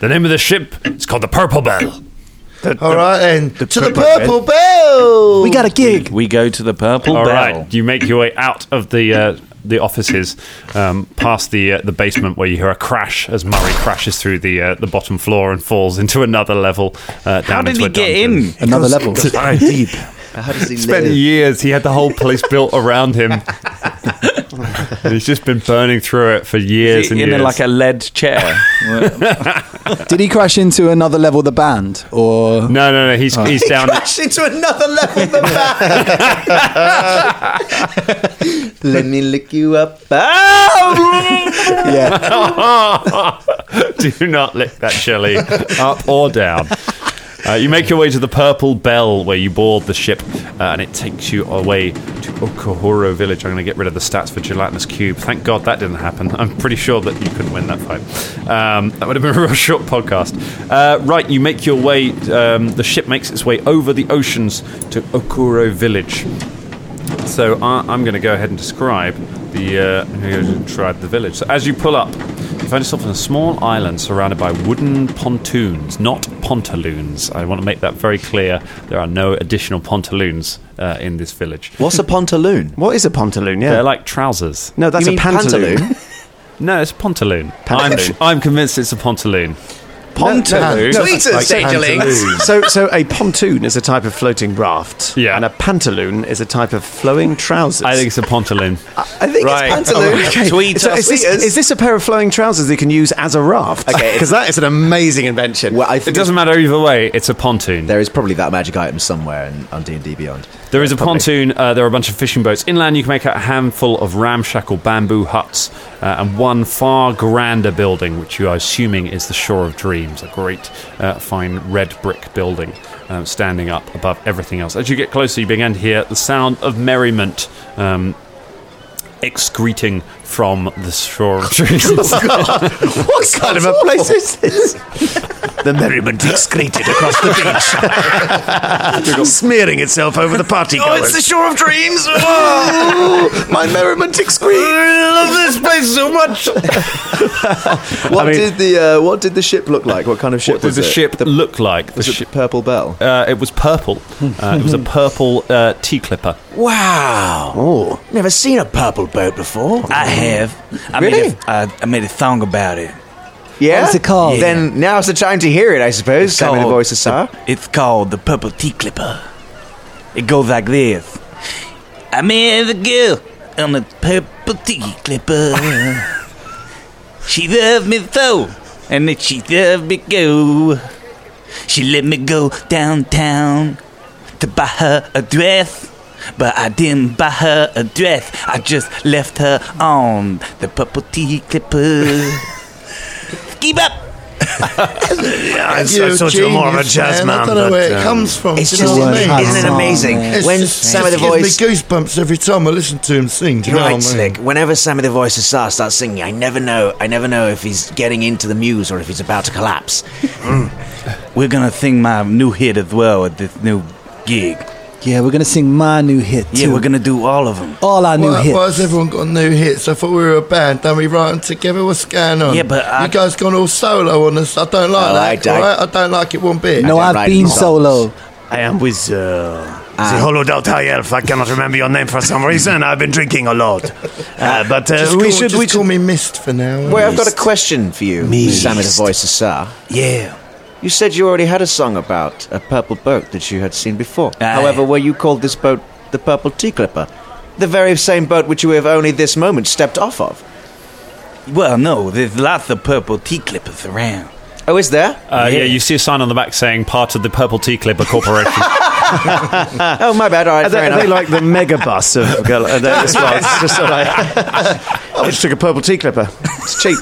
S1: The name of the ship is called the Purple Bell.
S4: All right, then. to the
S8: purple
S4: purple bell.
S7: We got a gig.
S9: We go to the purple
S1: All right,
S9: bell.
S1: you make your way out of the uh, the offices, um, past the uh, the basement where you hear a crash as Murray crashes through the uh, the bottom floor and falls into another level. Uh, down
S9: How did
S1: into
S9: he
S1: a
S9: get
S1: dungeon.
S9: in?
S7: Another level.
S8: Very deep.
S6: How does he
S2: Spent
S6: live?
S2: years. He had the whole place built around
S6: (laughs)
S2: him. and he's just been burning through it for years and
S9: in
S2: years.
S9: a, like a lead chair.
S7: Did he crash into another level of the band? Or
S2: no, no, no. He's he's (laughs) down.
S6: Crash into another level of the back. (laughs) Let me lick you up. Ah!
S7: yeah.
S1: (laughs) Do not lick that jelly up or down. Uh, you make your way to the Purple Bell where you board the ship uh, and it takes you away to Okohoro Village. I'm going to get rid of the stats for Gelatinous Cube. Thank God that didn't happen. I'm pretty sure that you couldn't win that fight. Um, that would have been a real (laughs) short podcast. Uh, right, you make your way, um, the ship makes its way over the oceans to Okuro Village. So I, I'm going to go ahead and describe the uh, I'm going to describe the village. So as you pull up, you find yourself on a small island surrounded by wooden pontoons, not pontaloons. I want to make that very clear. There are no additional pontaloons uh, in this village.
S6: What's a pantaloon?
S5: (laughs) What is a pantaloon? Yeah.
S1: They're like trousers.
S5: no, that's
S6: You
S5: a
S6: mean
S5: pantaloon. (laughs)
S6: pantaloon?
S1: No, it's a pontaloon.
S5: Pantaloon.
S1: I'm, I'm convinced it's a pontaloon.
S6: Pantaloon. Tweet us, Sagerlings.
S5: so, so a pontoon is a type of floating raft.
S1: Yeah.
S5: And a pantaloon is a type of flowing trousers.
S1: I think it's a
S5: (laughs)
S1: pontaloon.
S5: I think
S9: Right.
S5: it's pantaloon.
S9: Alright.
S5: (laughs)
S9: Tweet
S5: Oh, So
S9: us.
S5: is, this,
S9: Tweet us.
S5: is this a pair of flowing trousers that you can use as a raft?
S6: (laughs)
S5: (laughs)
S6: Okay.
S5: Because that is an amazing invention.
S6: Well, I
S1: It
S6: think
S1: doesn't matter either way. It's a pontoon.
S6: there is probably that magic item somewhere in, on D&D Beyond.
S1: There is a
S6: (laughs)
S1: pontoon. Uh, there are a bunch of fishing boats inland. You can make out a handful of ramshackle bamboo huts uh, and one far grander building, which you are assuming is the Shore of Dreams, a great, uh, fine red brick building um, standing up above everything else. As you get closer, you begin to hear the sound of merriment. Um, Excreting from the shore of dreams.
S5: what kind of a place is this?
S8: The merriment excreted across the beach, smearing itself over the party goers.
S6: Oh, shore of (laughs) dreams. My merriment excretes. I love this place so much. (laughs) what
S5: I mean-
S6: did the uh, what did the ship look like? What kind of ship
S1: what does
S6: was
S1: the
S6: it?
S1: ship look like? The
S6: was it
S1: ship,
S6: the purple bell?
S1: uh, it was purple. Uh, it
S6: (laughs)
S1: was a purple uh, tea clipper.
S9: wow.
S6: Never seen a purple boat before.
S9: I have. I
S6: Really?
S9: Made a, uh, I made a song about it.
S6: Yeah.
S7: What's it called?
S6: Then now's the time to hear it, I suppose. Sammy the voice of Sar.
S9: It's called the Purple Tea Clipper. It goes like this. I met a girl on the Purple Tea Clipper. she loved me so, and then she loved me go. She let me go downtown to buy her a dress. But I didn't buy her a dress. I just left her on the purple tea clipper. Keep up!
S8: I, I thought you were more of a
S4: Genius,
S8: jazz
S4: man.
S8: man.
S4: I don't know
S8: but,
S4: where it
S8: um,
S1: uh,
S4: comes from.
S6: It's
S4: do you
S6: just,
S4: know what I
S7: amazing.
S4: mean?
S6: isn't it
S7: Oh,
S6: amazing?
S4: It's
S6: when
S4: just-
S6: Sammy the
S4: it gives
S6: voice.
S4: me goosebumps every time I listen to him sing. Do you
S6: You're
S4: know
S6: right,
S4: what I mean?
S6: Slick. Whenever Sammy the voice of Sar starts singing, I never know. I never know if he's getting into the muse or if he's about to collapse.
S9: We're gonna sing my new hit as well at this new gig.
S7: Yeah, we're gonna sing my new hit too.
S9: Yeah, we're gonna do all of them.
S7: all our new
S4: Why,
S7: hits.
S4: why has everyone got new hits? I thought we were a band. Don't we write them together? What's going on?
S9: Yeah, but I-
S4: you guys gone all solo on us. I don't like
S6: Oh,
S4: that.
S6: I don't-
S4: alright? I don't like it one bit.
S7: no,
S6: I don't
S7: I've
S6: write
S7: been
S6: songs.
S7: solo.
S8: I am with uh, the hollowed out high elf. I cannot remember your name for some reason. I've been drinking a lot. Uh, but uh,
S4: just
S8: we
S4: call,
S8: should.
S4: just
S8: We
S4: call
S8: should
S4: me Mist for now.
S6: Well, I've got a question for you,
S8: Mist.
S6: Sammy the voice of Sar.
S9: Yeah.
S6: You said you already had a song about a purple boat that you had seen before.
S9: Aye.
S6: However, where you called this boat the Purple Tea Clipper, the very same boat which you have only this moment stepped off of.
S9: Well, no, there's lots of purple tea clippers around.
S6: Oh, is there?
S1: Uh, yeah, you see a sign on the back saying part of the Purple Tea Clipper Corporation.
S6: oh, my bad. All right,
S5: Are they,
S6: fair
S5: are
S6: enough.
S5: they like the (laughs) mega bus of Gal- uh, there as well? It's just sort of like, I just took a purple tea clipper. It's
S9: cheap,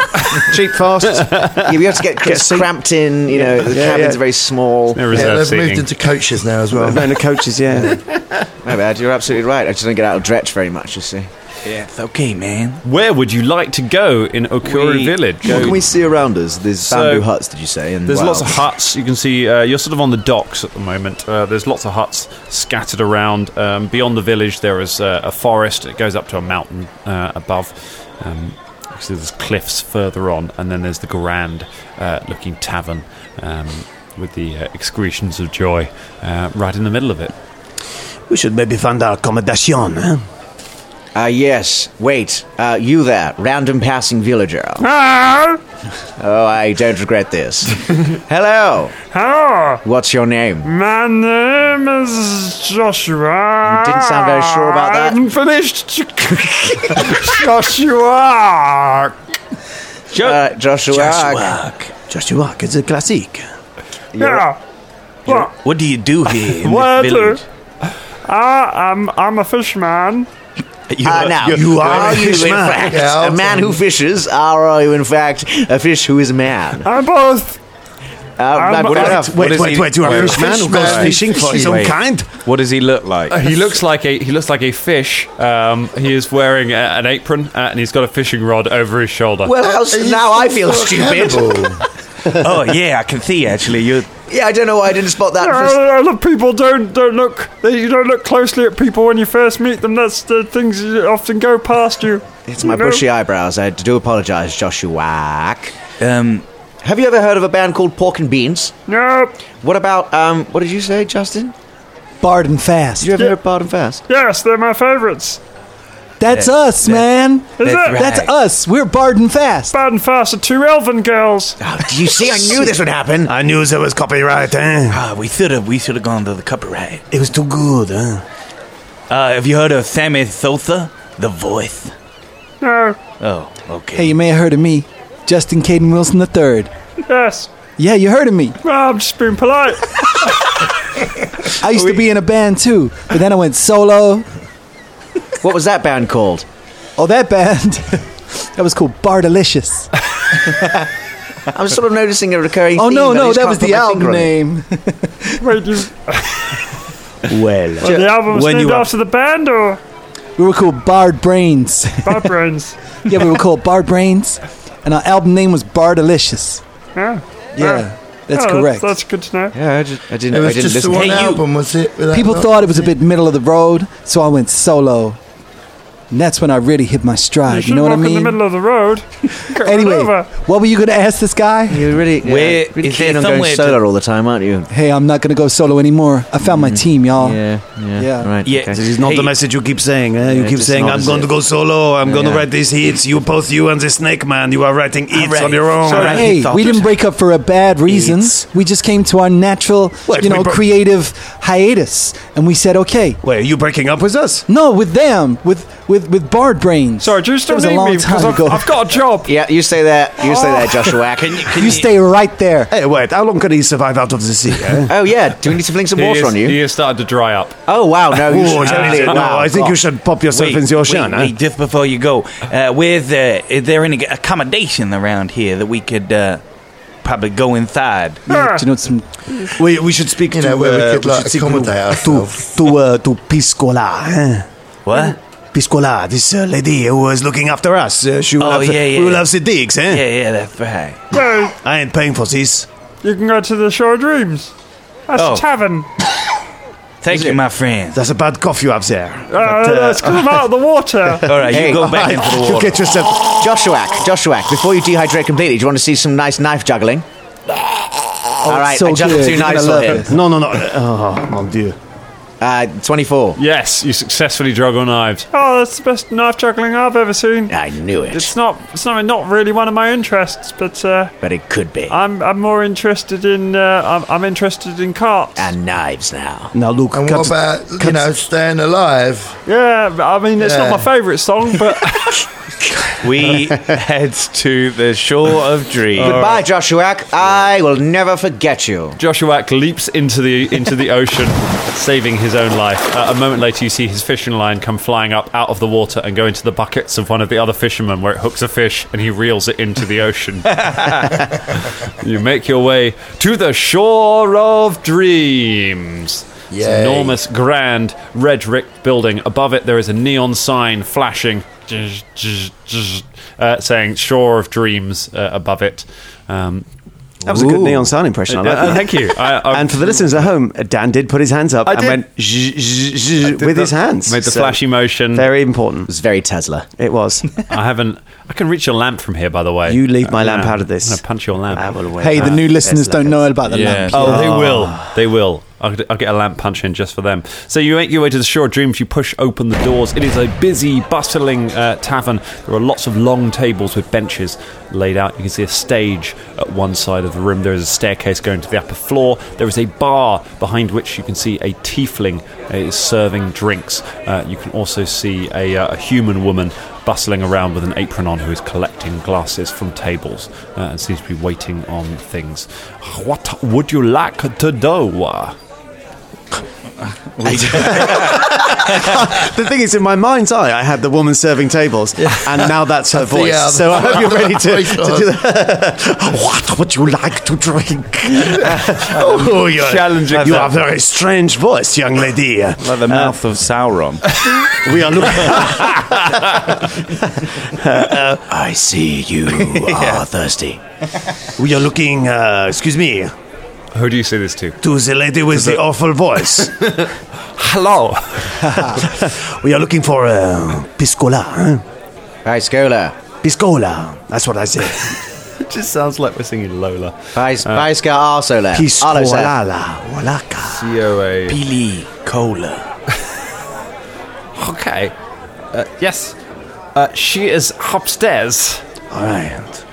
S9: cheap, fast.
S6: Yeah, we have to get,
S9: a seat.
S6: cramped in. You know, the
S9: Yeah,
S6: cabins
S9: yeah.
S6: are very small.
S1: No
S4: Yeah,
S1: reserve
S4: they've
S1: seating.
S4: moved into coaches now as well.
S9: No, no coaches, yeah.
S6: (laughs) No, bad. You're absolutely right. I just don't get out of Dretch very much. You see.
S11: Yeah, it's okay, man.
S1: Where would you like to go in Okuru
S11: We-
S1: Village?
S6: What can we see around us? There's
S1: So-
S6: bamboo huts. Did you say? And
S1: There's
S6: what
S1: lots of
S6: else?
S1: huts. You can see uh, you're sort of on the docks at the moment. Uh, there's lots of huts scattered around. Um, beyond the village, there is uh, a forest. It goes up to a mountain uh, above. Um, actually, there's cliffs further on, and then there's the grand uh, looking tavern um, with the uh, excretions of joy uh, right in the middle of it.
S8: We should maybe find our accommodation. Huh?
S6: Ah, yes. Wait. Uh, you there, random passing villager. Oh, I don't
S12: (laughs)
S6: regret this. Hello.
S12: Hello,
S6: What's your name?
S12: my name is Joshua.
S6: Didn't sound very sure about that.
S12: I'm finished. (laughs) Joshua.
S6: Uh, Joshua.
S9: Joshua, Joshua, it's a classic.
S12: Yeah. What?
S9: What do you do here in
S12: What? I, Ah, I'm I'm a fishman.
S9: You
S6: Ah, now, (laughs) you are you in fact
S4: Yeah, I'll
S6: a man who fishes? Or are you in fact a fish who is a man? Uh,
S12: I'm both.
S6: man,
S12: what
S6: fair
S12: is-
S6: enough.
S8: Wait, wait, wait. You are a fishman who goes
S4: Fishman.
S8: fishing for his own
S11: Wait.
S8: kind?
S11: What does he look like?
S1: Uh, He looks like a he looks like a fish. Um, he is wearing a, an apron uh, and he's got a fishing rod over his shoulder.
S6: Well, how s-
S4: Are you
S6: now I
S4: so
S7: Oh,
S6: feel
S4: fucking
S6: stupid.
S4: cannibal?
S9: oh, yeah, I can see actually. You're
S6: Yeah, I don't know why I didn't spot that.
S12: Uh,
S6: First.
S12: a lot of people don't don't look. They, you don't look closely at people when you first meet them. That's the things that often go past you.
S6: It's my
S12: You know?
S6: bushy eyebrows. I do apologise, Joshua.
S11: Um,
S6: Have you ever heard of a band called Pork and Beans?
S12: Nope.
S6: What about um? What did you say, Justin?
S7: Bard and fast.
S6: Did you ever hear of Bard and Fast?
S12: Yes, they're my favourites.
S7: That's us, man.
S12: Is
S11: That's
S12: it?
S11: right.
S7: That's us. We're Bard and fast.
S12: Bad and fast are two elven girls.
S6: Oh, do you see? I
S12: (laughs)
S6: knew this would happen.
S8: I knew there was copyright, eh?
S9: ah, we should have we should have gone to the copyright.
S8: It was too good, huh?
S9: Uh, have you heard of Sammy Sosa, The Voice?
S12: No.
S9: Oh, okay.
S7: Hey, you may have heard of me, Justin Caden Wilson III.
S12: Yes.
S7: Yeah, you heard of me.
S12: Well, I'm just being polite.
S7: (laughs) I used to be in a band too, but then I went solo.
S6: What was that band called?
S7: Oh, that band. (laughs) that was called Bardelicious.
S6: I'm sort of noticing a recurring.
S7: Oh
S6: theme,
S7: no,
S6: but I
S7: no,
S6: just
S7: that
S6: can't
S7: was
S6: put
S7: the
S6: my finger
S7: album
S6: on it.
S7: name.
S12: Wait, you,
S9: Well,
S12: the album's
S9: when
S12: named
S9: you are-
S12: after the band or
S7: We were called Bard Brains. (laughs)
S12: Bad Brains?
S7: yeah, we were called Bard Brains, and our album name was Bardelicious.
S12: Yeah.
S7: Yeah, that's
S12: Oh,
S7: correct.
S12: That's, good to know.
S6: Yeah, I, just, I didn't.
S4: It
S6: I
S4: was
S6: didn't
S4: just the
S6: listen.
S4: one
S6: Hey, you.
S4: album, was it? Without
S7: People
S4: that?
S7: thought it was a bit middle of the road, so I went solo. And that's when I really hit my
S12: You
S7: stride. You,
S12: should
S7: know
S12: walk
S7: what I
S12: in the
S7: mean?
S12: middle of
S7: (laughs)
S12: the road. Get run
S7: Anyway,
S12: over.
S7: what were you going to ask this guy?
S6: You're really, yeah,
S11: Where-
S6: really
S11: is there
S6: keen on going
S11: somewhere
S6: solar
S11: to-
S6: all the time, aren't you? Mm-hmm.
S7: Hey, I'm not going to go solo anymore. I found my team, y'all.
S6: Yeah, yeah,
S7: Yeah.
S6: right.
S11: Yeah,
S6: okay.
S11: this
S8: This is not
S11: Hey.
S8: the message you keep saying. Eh? You
S6: Yeah,
S8: keep
S6: it's
S8: saying,
S6: not,
S8: "I'm
S6: is
S8: going to
S6: it?"
S8: go solo. I'm going to
S6: Yeah.
S8: write these hits." You both, you and the Snake Man, you are writing hits
S9: right.
S8: on your own.
S9: Sorry.
S8: Right.
S9: he
S7: Hey,
S9: thought
S7: we
S9: it
S7: didn't
S9: was-
S7: break up for a bad reasons. We just came to our natural,
S8: Wait,
S7: you
S8: we
S7: know,
S8: bro-
S7: creative hiatus, and we said, okay,
S8: Wait, are you breaking up with us?
S7: no, with them, with with with Bard Brains.
S12: Sorry, do you still
S7: That was a
S12: need
S7: long
S12: me? Because
S7: time
S12: I've,
S7: ago.
S12: I've got a job.
S6: (laughs) Yeah, you stay there. You stay there, Joshua. Can you?
S7: you stay right there.
S8: Hey, wait, how long can he survive out of the sea? Eh?
S6: (laughs) Oh yeah. Do we need to fling some
S1: he,
S6: water
S1: is,
S6: on you?
S1: he has started to dry up.
S6: Oh wow. No. You
S8: oh,
S6: should
S8: yeah,
S6: totally-
S8: no,
S6: wow,
S8: I think you
S6: God.
S8: should pop yourself into the ocean.
S9: wait,
S8: eh?
S9: wait, just before you go, uh, where's uh, is there any accommodation around here that we could uh, probably go
S6: (laughs)
S9: inside?
S7: Yeah, do you know some?
S8: We, we should speak
S4: You
S8: to
S4: know, where we
S8: uh,
S4: could,
S8: we
S4: like,
S8: should speak
S4: accommodate
S8: to
S4: ourselves.
S8: to uh, to Piscola. eh?
S9: What?
S8: Piscola, this uh, lady who was looking after us. Uh, she will
S9: Oh,
S8: have,
S9: yeah, yeah,
S8: we will
S9: yeah.
S8: have the digs, eh?
S9: Yeah, yeah, that's right.
S12: No,
S8: I ain't paying for this.
S12: you can go to the Shore of Dreams. That's
S9: Oh.
S12: a tavern.
S9: Thank you, my friend.
S8: That's a bad cough you have there.
S12: Uh,
S8: But, uh,
S12: let's come out of the water.
S9: (laughs) All right,
S6: Hey.
S9: you go back
S6: (laughs)
S9: into the
S8: you
S9: water.
S8: get yourself.
S6: Joshua, Joshua, before you dehydrate completely, do you want to see some nice knife juggling? All right,
S7: so
S6: I juggled
S7: good.
S6: two
S7: You're gonna
S6: knives
S7: love
S6: on him.
S7: it.
S8: No, no, no. Oh, mon dieu.
S6: Uh, 24.
S1: Yes, you successfully juggle knives.
S12: Oh, that's the best knife juggling I've ever seen.
S6: I knew it,
S12: It's not, it's not, not really one of my interests, but uh,
S6: but it could be.
S12: I'm, I'm more interested in, uh, I'm, I'm interested in carts.
S6: And knives now.
S8: Now look,
S4: And
S8: cut-
S4: what about you know staying alive?
S12: yeah, but I mean, it's
S4: Yeah.
S12: not my favourite song, but
S3: (laughs) we head to the
S1: Oh,
S3: shore
S1: uh,
S3: of dreams.
S6: Goodbye, Joshua. I will never forget you.
S1: Joshua leaps into the into the ocean, saving his own life. Uh, a moment later, you see his fishing line come flying up out of the water and go into the buckets of one of the other fishermen, where it hooks a fish and he reels it into the ocean.
S6: (laughs)
S1: you make your way to the shore of dreams. It's an
S4: Yay.
S1: enormous, grand, red brick building. Above it, there is a neon sign flashing, uh, saying "Shore of Dreams" uh, above it. Um,
S5: That was a good
S6: Ooh.
S5: neon sign impression. I like
S1: uh,
S5: that.
S1: thank you. I, I-
S5: And for the listeners at home, Dan did put his hands up and
S1: did.
S5: went zzz, zzz, zzz (laughs) with his hands.
S1: made the
S5: So,
S1: flashy (laughs) motion.
S5: Very important.
S6: It's very Tesla.
S5: It was.
S1: (laughs) I haven't. I can reach your lamp from here, by the way. Uh,
S5: You leave my
S1: Yeah,
S5: lamp out of this.
S1: I'm gonna punch your lamp.
S5: I will wait.
S2: Hey, the
S5: Uh,
S2: new listeners
S5: yes,
S2: don't know about the
S3: Yeah.
S2: lamp. Ah.
S1: Oh, they will. They will. I'll, I'll get a lamp punch in just for them. So you make your way to the Shore of Dreams. You push open the doors. It is a busy, bustling uh, tavern. There are lots of long tables with benches laid out. You can see a stage at one side of the room. There is a staircase going to the upper floor. There is a bar behind which you can see a tiefling uh, is serving drinks. Uh, you can also see a, uh, a human woman bustling around with an apron on who is collecting glasses from tables uh, and seems to be waiting on things. What would you like to
S6: (laughs)
S1: do?
S5: (laughs) The thing is, in my mind's eye, I had the woman serving tables, and now
S1: (laughs)
S5: that's her voice.
S4: uh,
S5: so I hope you're ready
S1: Oh
S5: to,
S4: voice
S5: to do
S8: (laughs)
S5: that. (laughs) what would you like to drink?
S1: (laughs) Um,
S5: (laughs)
S8: Oh, you're,
S3: Challenging
S8: You
S3: them.
S8: have a very strange voice, young lady. Uh,
S3: Like the mouth of Sauron.
S8: (laughs) We are looking. Uh,
S6: I see you are thirsty.
S8: we are looking. Uh, excuse me.
S1: Who do you say this to?
S8: To the lady with the awful voice.
S1: (laughs) Hello.
S8: (laughs) we are looking for uh, piscola. Huh?
S6: Hi, Scola.
S8: Piscola. That's what I said.
S1: It just sounds like we're singing Lola. Uh,
S6: Hi, Paisca Arsola. Arsola.
S8: Piscola. Walaka.
S1: DOA.
S6: Pili Cola.
S1: Okay. Uh, yes. Uh, she is upstairs.
S8: All right.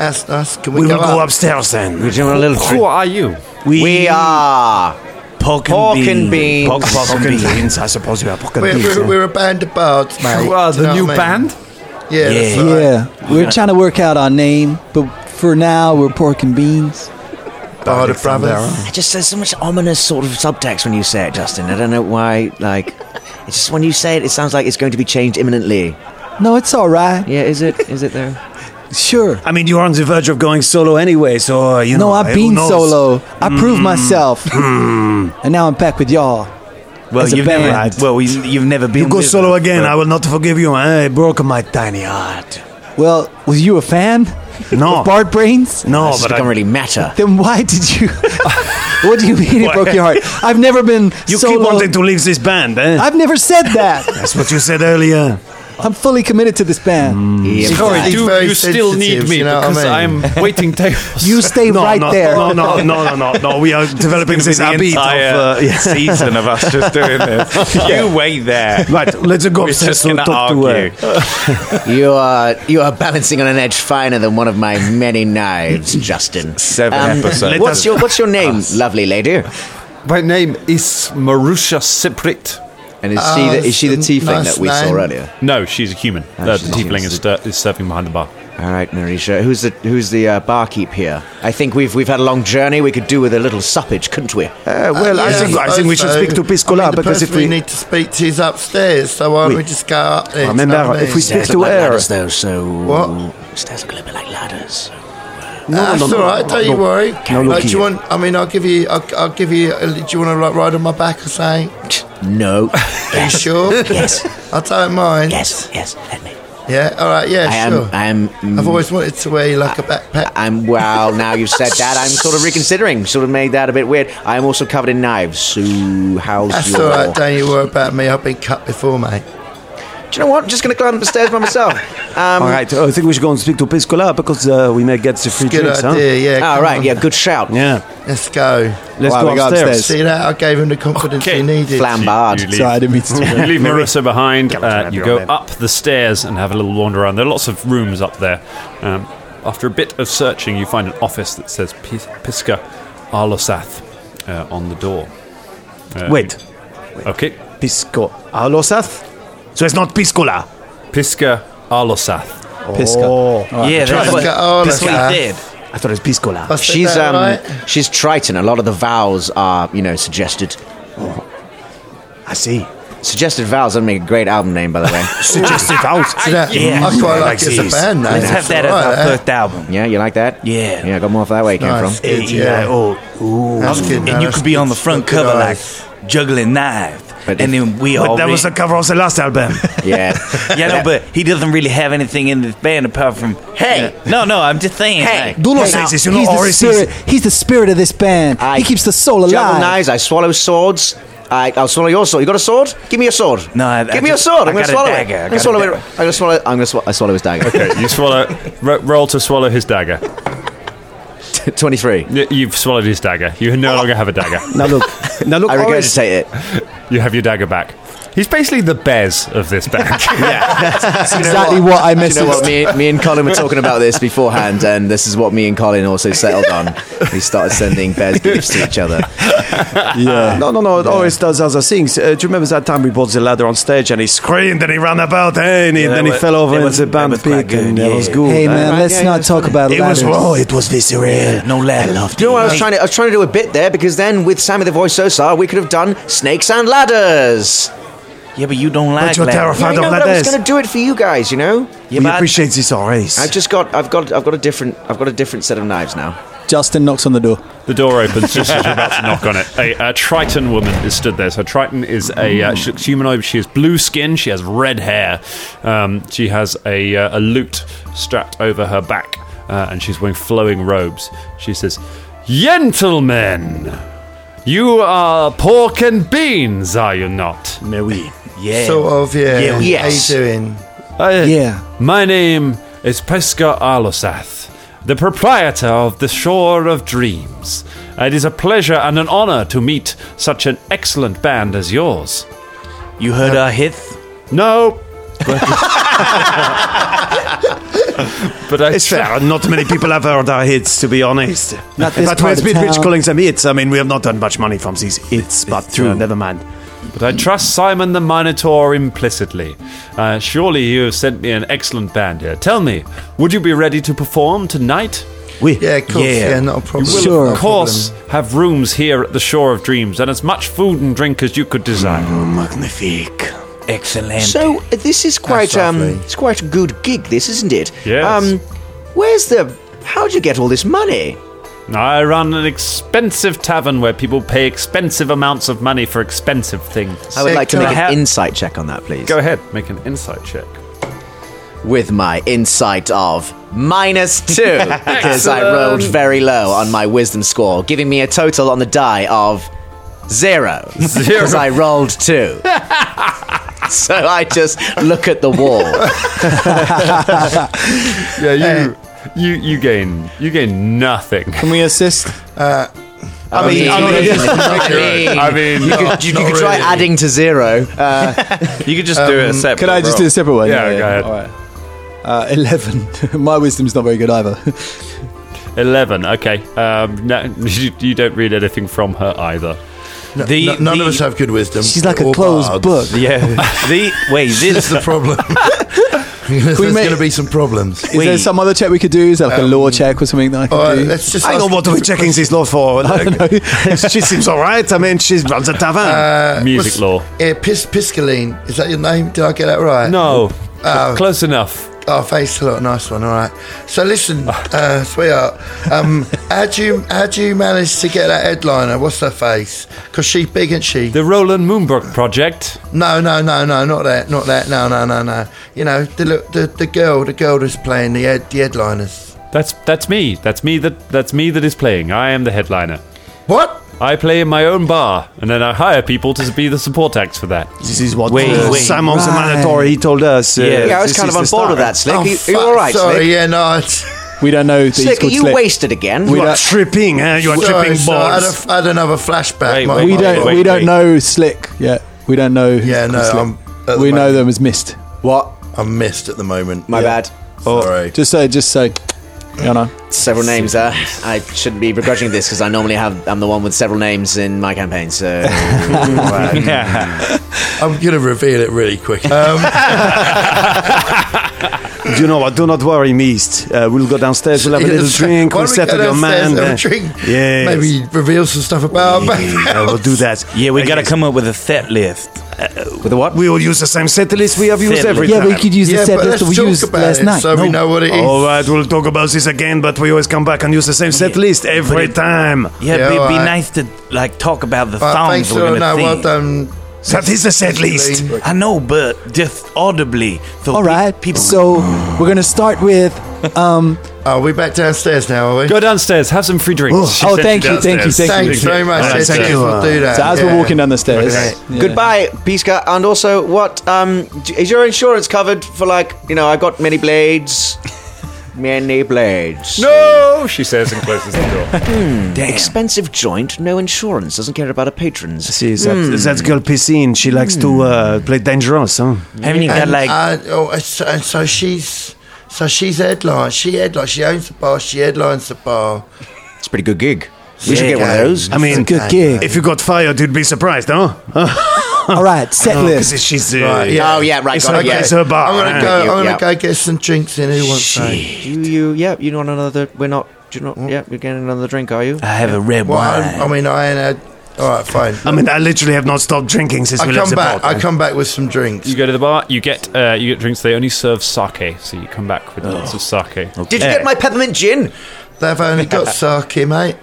S4: Ask us. Can we,
S8: We will
S4: go,
S8: go
S4: up?
S8: upstairs then.
S6: We're doing a little
S1: Who are you?
S8: We,
S6: We are
S8: pork
S6: pork
S8: and
S6: and
S8: beans.
S6: beans.
S8: Pork, pork and beans. I suppose we are pork and
S4: We're,
S8: beans.
S4: we're,
S8: huh?
S4: we're a band of bards, mate.
S1: Well,
S4: Do you
S1: the
S4: know
S1: new
S4: what I mean?
S1: band?
S4: Yeah, that's
S8: Yeah.
S4: right.
S2: Yeah, we're trying to work out our name, but for now we're pork and beans.
S4: Bard of Brothers.
S6: It just there's so much ominous sort of subtext when you say it, Justin. I don't know why. Like, it's just when you say it, it sounds like it's going to be changed imminently.
S2: No, it's all right.
S6: Yeah, is it? Is it though?
S2: (laughs) Sure.
S8: I mean, you're on the verge of going solo anyway, so uh, you know.
S2: No, I've
S8: who
S2: been
S8: knows?
S2: solo. I
S8: Mm-hmm.
S2: proved myself, and now I'm back with y'all.
S3: Well,
S2: As a
S3: you've
S2: band.
S3: never. Well, you- you've never been.
S8: You go
S3: with
S8: solo
S3: us,
S8: again.
S3: but-
S8: I will not forgive you. eh? I broke my tiny heart.
S2: Well, was you a fan?
S8: No.
S2: Of Bard Brains?
S8: No,
S6: It
S8: but
S6: doesn't
S8: I,
S6: really matter.
S2: Then why did you? (laughs) what do you mean
S8: (laughs)
S2: it broke your heart? I've never been
S8: you
S2: solo.
S8: keep wanting to leave this band, eh?
S2: I've never said that.
S8: (laughs) That's what you said earlier. Mm.
S2: I'm fully committed to this band.
S6: Yeah,
S1: Sorry,
S6: but-
S4: He's
S1: do
S4: very
S1: you still need
S4: sensitive,
S1: me
S4: you know what I
S1: because I
S4: mean?
S1: am waiting
S8: (laughs)
S1: tables.
S2: You stay
S8: No,
S2: right
S8: no,
S2: there.
S8: no, no, (laughs) no, no, no, no. We are developing this
S3: the
S8: habit of.
S3: entire
S8: Uh, (laughs) yeah.
S3: season of us just doing
S8: (laughs)
S3: this. You wait there.
S8: Right, let's go
S3: We're just
S8: upstairs to
S3: gonna
S8: talk to uh, her.
S3: argue. (laughs)
S8: (laughs)
S6: you are you are balancing on an edge finer than one of my many knives, Justin. Um,
S3: Seven episodes.
S6: What's your What's your name, lovely lady?
S1: My name is Marusha Siprit.
S6: And is she the, is she the
S4: Uh,
S6: tiefling
S4: nice
S6: that we saw
S4: name.
S6: earlier?
S1: No, she's a human.
S6: Ah,
S1: Uh,
S6: she's
S1: the
S6: a human.
S1: tiefling is, stir- is serving behind the bar.
S6: All right, Marisha. Who's the Who's the uh, barkeep here? I think we've we've had a long journey. We could do with a little suppage, couldn't we?
S8: Uh, well, I
S4: Yeah,
S8: think I
S4: suppose
S8: think we should
S4: so.
S8: speak to
S4: I
S8: Piscola
S4: mean, the
S8: because if
S4: person we,
S8: we,
S4: need to speak to is upstairs, so why don't we just go up
S6: Ah,
S4: there?
S5: Remember,
S4: do you know what I
S5: if we
S4: mean?
S5: speak- It's to air.
S6: ladders, though, so
S4: What?
S6: stairs look a little bit like ladders. uh,
S4: That's all right. Don't you worry.
S5: No, look
S4: Like, do
S5: here.
S4: you want? I mean, I'll give you. I'll, I'll give you. uh, Do you want to like, ride on my back or something?
S6: No.
S4: Are you sure?
S6: yes.
S4: (laughs) I don't mind.
S6: Yes. Yes. Let me.
S4: Yeah. All right. Yeah.
S6: I am.
S4: sure.
S6: I am.
S4: I've
S6: mm,
S4: always wanted to wear you like a backpack.
S6: I'm well. Now you've said that, I'm sort of reconsidering. Sort of made that a bit weird. I am also covered in knives. So how's
S4: That's
S6: your?
S4: all right. Don't you worry about me. I've been cut before, mate.
S6: Do you know what? I'm just gonna climb up the stairs by
S4: (laughs)
S6: myself. Um,
S5: All right, uh, I think we should go and speak to Piscola because uh, we may get the free
S4: Good
S5: drinks,
S4: idea.
S5: huh?
S8: Ah,
S4: Yeah.
S6: All
S4: come
S6: right.
S4: on.
S6: Yeah. Good shout.
S5: Yeah,
S4: Let's go.
S5: let's
S2: Why
S5: go
S2: we go
S5: upstairs.
S2: upstairs?
S4: See that? I gave him the confidence
S1: Okay.
S4: he needed.
S6: Flambard.
S1: You leave.
S2: Sorry, I didn't mean to.
S1: (laughs) You leave Marissa behind.
S8: Come on,
S1: Uh,
S8: have
S1: you
S8: your
S1: go
S8: own.
S1: up the stairs and have a little wander around. There are lots of rooms up there. Um, after a bit of searching, you find an office that says Pis- Pisca Arlosath uh, on the door. Uh,
S5: Wait,
S1: Okay.
S5: Pisco Alosath?
S8: So it's not Piscola.
S1: Pisca Arlosath.
S2: Pisca.
S3: Oh. yeah, that's what,
S4: Oh,
S3: that's
S4: look
S3: what
S4: at
S3: he did.
S5: I thought it was Piscola.
S4: That's
S6: She's
S4: that
S6: um,
S4: right?
S6: she's Triton. A lot of the vowels are, you know, suggested.
S5: I see.
S6: Suggested vowels. That'd make a great album name, by
S4: (laughs)
S6: the way.
S8: Suggestive out.
S4: See that?
S6: (laughs)
S3: Yeah.
S4: I quite
S8: Yeah,
S4: like it as a
S8: like
S4: band name.
S3: Let's have that as
S7: uh,
S3: our first album.
S6: yeah, you like that?
S3: Yeah.
S6: yeah. oh, I Got more of that where it came
S4: Nice.
S6: from.
S4: Yeah. That's good, man.
S3: And you could be on the front
S4: Good
S3: cover like
S4: eyes.
S3: juggling knife.
S6: But
S3: and
S6: if-
S3: then we all
S8: But that
S3: be-
S8: was the cover of the last album.
S6: Yeah,
S3: (laughs) Yeah, no, but he doesn't really have anything in this band apart from hey. No, no, I'm just saying. Hey,
S2: Do not
S8: Hey,
S2: say
S8: now,
S2: this, you know,
S8: he's the
S2: or it's
S8: spirit-
S2: easy. he's the spirit of this band.
S6: I-
S2: he keeps the soul
S6: juggle
S2: alive.
S6: knives. I swallow swords. I, I'll swallow your sword. You got a sword? Give me your sword.
S3: No, I- I
S6: give me your
S3: just-
S6: sword.
S3: I
S6: I'm gonna
S3: got a
S6: swallow it.
S3: dagger. I
S6: I'm
S3: got
S6: gonna
S3: a
S6: swallow it. (laughs)
S3: dagger.
S6: I'm gonna swallow. I'm gonna swallow. I swallow his dagger.
S1: Okay, you swallow. ro- roll to swallow his dagger.
S6: Twenty-three.
S1: Y- You've swallowed his dagger. You no longer have a dagger. (laughs)
S5: Now look, now look,
S6: I
S5: Horace,
S6: regurgitate it.
S1: You have your dagger back. He's basically the Bez of this
S6: (laughs)
S1: band.
S2: That's exactly what, I
S6: Do you know
S2: messaged.
S6: what? Me, me and Colin were talking about this beforehand, and this is what me and Colin also settled on. We started sending bears gifts to each other.
S2: yeah.
S5: No, no, no. It always does other things. Uh, do you remember that time we bought the ladder on stage and he screamed and he ran about and he, then he
S3: wa-
S5: fell over
S3: that
S5: and
S3: was-
S5: the
S3: that
S5: band
S3: was quite
S5: peaked and
S3: good,
S5: it was
S3: yeah.
S5: good.
S2: Hey
S5: uh,
S2: man, let's
S5: yeah,
S2: not
S5: yeah.
S2: talk about
S8: It was
S2: ladders.
S8: raw. It was visceral.
S3: no lad, love
S6: Do you know what I was trying to? I was trying to do a bit there because then with Sammy the Voice Sosa, we could have done snakes and ladders.
S3: Yeah, but you don't like
S8: you're
S3: ladders.
S8: terrified.
S6: Yeah, I
S8: Found
S6: know,
S8: out
S6: but I was
S8: ladders.
S6: going to do it for you guys. You know,
S3: Yeah,
S8: we
S3: but I-
S8: appreciate this, Horace.
S6: I've just got, I've got, I've got a different, I've got a different set of knives now.
S2: Justin knocks on the door.
S1: The
S2: (laughs)
S1: door opens just as you're about to knock on it. (laughs) A, a Triton woman is stood there. So Triton is a uh, she looks humanoid. She has blue skin. She has red hair. Um, she has a, uh, a lute strapped over her back, uh, and she's wearing flowing robes. She says, "Gentlemen, you are pork and beans, are you not?
S8: No, we.
S3: Yeah.
S4: Sort of, yeah.
S3: Yeah,
S6: yes.
S4: How you doing?
S1: Uh,
S2: Yeah.
S1: My name is Pesca Arlosath, the proprietor of the Shore of Dreams. It is a pleasure and an honor to meet such an excellent band as yours.
S3: you heard our hit?
S1: No. but I
S8: It's fair. Not many people have heard our hits, to be honest.
S2: Not this
S8: but
S2: part
S8: we're
S2: of
S8: a bit
S2: town.
S8: rich calling them hits. I mean, we have not done much money from these hits, but true. never mind.
S1: But I trust Simon the Minotaur implicitly. Uh, surely you have sent me an excellent band here. Tell me, would you be ready to perform tonight?
S8: We.
S4: Yeah, of course. Yeah, not a problem.
S2: will, Sure.
S4: Not
S1: Of
S4: a
S1: course, have rooms here at the Shore of Dreams and as much food and drink as you could desire.
S8: Magnifique.
S3: Excellent.
S6: So uh, this is quite, um,
S4: lovely.
S6: it's quite a good gig, this isn't it?
S1: Yes.
S6: Um, where's the? How'd you get all this money?
S1: I run an expensive tavern where people pay expensive amounts of money for expensive things.
S6: I would like to
S4: Sector.
S6: make
S3: How-
S6: an insight check on that, please.
S1: Go ahead, make an insight check.
S6: with my insight of minus
S1: (laughs)
S6: two because I rolled very low on my wisdom score, giving me a total on the die of zero because I rolled
S1: (laughs)
S6: two. so I just look at the
S1: (laughs)
S6: wall.
S1: Yeah, you, you, you gain, you gain nothing.
S2: Uh, Can we assist?
S3: Uh,
S6: I mean,
S4: I mean,
S2: (laughs)
S1: (laughs)
S6: I mean,
S1: I mean,
S6: you could, you
S4: not
S6: could try
S4: really.
S6: adding to zero. Uh,
S3: you could just do it a separate.
S2: Um, Can I just do a separate one?
S1: Yeah, go ahead.
S2: All right. Uh, Eleven. (laughs) My wisdom's not very good
S4: (laughs)
S2: either.
S1: eleven. Okay, um, no, (laughs) you, you don't read anything from her either.
S4: problem.
S3: The-
S4: No- none
S3: the-
S4: of us have good wisdom.
S2: She's like a
S4: Or
S2: closed
S4: bards.
S2: book.
S4: (laughs)
S3: Yeah. the wait,
S4: This is
S3: (laughs) this
S4: the problem. (laughs) There's
S2: make-
S4: going to be some problems.
S2: Is there
S3: Wait.
S2: some other check we could do? Is there like a law check or something that I can
S4: All right,
S2: do?
S4: let's just.
S8: I
S4: ask
S8: know what we're checking this law for.
S2: I
S4: (laughs)
S2: don't know.
S8: (laughs) she seems all right. I mean, she's runs a tavern.
S1: Music
S4: what's-
S1: law.
S4: Yeah, Uh, Pis- Piscaline. Is that your name? Did I get that right?
S1: No, close enough. Ah.
S4: Oh, thanks a lot. Nice one. All right. So listen, uh, sweetheart.
S1: (laughs)
S4: Um, how do you how do you manage to get that headliner? What's her face? Because she's big, isn't she?
S1: The Roland Moonbrook project.
S4: No, no, no, no, not that, not that. No, no, no, no. You know the look- the the girl, the girl that's playing the head, the headliners.
S1: That's that's me. That's me. That that's me. That is playing. I am the headliner.
S4: What?
S1: I play in my own bar, and then I hire people to be the support acts for that.
S8: this is what
S3: Wait,
S8: uh,
S3: wait,
S8: Simon the
S2: right.
S8: Minotaur, he told us. Uh,
S3: Yeah,
S6: yeah, I was
S8: this
S6: kind
S8: is
S6: of on
S8: the
S6: board with
S8: star.
S6: that, Slick.
S4: Oh,
S6: you,
S4: fuck,
S6: you all right,
S4: Sorry,
S6: Slick?
S4: yeah, no. It's,
S2: we don't know. That he's
S6: Slick, are
S2: called
S6: you
S2: Slick.
S6: wasted again?
S2: We
S8: You are
S2: don't-
S8: tripping, eh? You are
S4: sorry,
S8: tripping
S4: sorry, I, had a
S8: balls.
S4: f- I had another flashback.
S1: Wait,
S4: my
S1: wait,
S2: We
S4: fault.
S2: don't.
S1: wait,
S2: we
S1: wait.
S2: don't know Slick yet. We don't know. who's
S4: Yeah,
S2: called
S4: no,
S2: Slick.
S4: I'm- at the
S2: we know
S4: moment-
S2: them as missed.
S4: What? I'm missed at the moment.
S6: My
S4: Yeah.
S6: bad.
S4: Sorry.
S2: Just so. Just so. You know.
S6: Several names there. I shouldn't be begrudging this because I normally have. I'm the one with several names in my
S2: (laughs)
S6: campaign. So um,
S4: I'm going to reveal it really
S2: (laughs)
S4: quick. Um,
S8: You know what? uh, Do not worry, Mist. Uh, we'll go downstairs. We'll have a
S4: (laughs)
S8: little
S4: yes,
S8: drink.
S4: why
S8: We'll
S4: don't we
S8: settle
S4: go
S8: your
S4: downstairs,
S8: man.
S4: have a
S8: uh,
S4: drink,
S8: yes.
S4: Maybe reveal some stuff about. (laughs)
S8: I will do that.
S9: Yeah, we
S8: Uh,
S9: got to
S8: yes. Uh,
S9: come up with a set list.
S8: With the what? We will use the same set list we have used
S9: Set
S8: every
S9: list.
S7: Yeah,
S8: time.
S7: we could use
S4: yeah,
S7: the set
S4: but
S7: list
S4: let's
S7: that we
S4: talk
S7: used
S4: about
S7: last
S4: it
S7: night.
S4: so we know what it is.
S13: All right, we'll talk about this again, but we always come back and use the same set list every time.
S9: Yeah,
S4: Yeah,
S9: but it'd be
S4: alright.
S9: nice to like talk about the
S4: Uh,
S9: songs
S4: thanks,
S9: we're gonna
S4: no,
S9: sing.
S4: well done.
S13: That is the set list.
S9: I know, but just audibly. So
S7: All
S9: pe-
S7: right.
S9: people.
S7: So we're going to start with. Um,
S4: (laughs) Are we back downstairs now? Are we?
S1: Go downstairs, have some free drinks. She
S7: oh,
S1: sent
S7: thank you, thank you,
S1: downstairs.
S7: thank you.
S4: Thanks very much.
S13: All right,
S4: yes,
S13: thank
S4: yes,
S13: you.
S4: We'll do that.
S2: So as
S4: yeah.
S2: we're walking down the stairs, yeah.
S6: goodbye, Piska. And also, what um, d- is your insurance covered for? Like, you know, I've got many blades. Many blades. Hmm.
S1: No, she says and closes the
S6: (laughs)
S1: door.
S6: Expensive joint, no insurance, doesn't care about her patrons. Hmm.
S8: See, that,
S9: Hmm.
S8: that girl Piscine, she likes to uh, play dangerous, huh?
S9: haven't you got
S4: And,
S9: like
S4: uh, oh, and so, and so she's so she's headline. She headlines. She owns the bar. She headlines the bar.
S6: It's a pretty good gig. We should
S9: Yeah,
S6: get one of
S4: guys.
S6: those.
S13: I mean,
S7: good gig.
S13: if you got fired, you'd be surprised,
S6: (laughs)
S13: no?
S7: all right, set
S8: Oh,
S7: list.
S13: Because she's uh,
S4: Right, yeah.
S6: Oh yeah, right.
S13: It's
S6: got
S13: like-
S6: it, yeah.
S13: it's her bar.
S4: I'm gonna
S13: right?
S4: go.
S6: you,
S4: I'm gonna go
S6: yeah.
S4: get some drinks in. Who wants that?
S6: You, you, yeah, you want another? We're not. Do you not? Yeah, you're getting another drink, are you?
S9: I have a red
S4: Well,
S9: wine?
S4: I, I mean, I ain't had. All right, fine.
S13: I mean, I literally have not stopped drinking since
S4: I
S13: we left
S4: come
S13: the
S4: back.
S13: bar.
S4: I come back with some drinks.
S1: You go to the bar, you get uh, you get drinks. They only serve sake, so you come back with lots of sake.
S6: Did you get my peppermint gin? Mm.
S4: They've only
S6: (laughs)
S4: got sake, mate.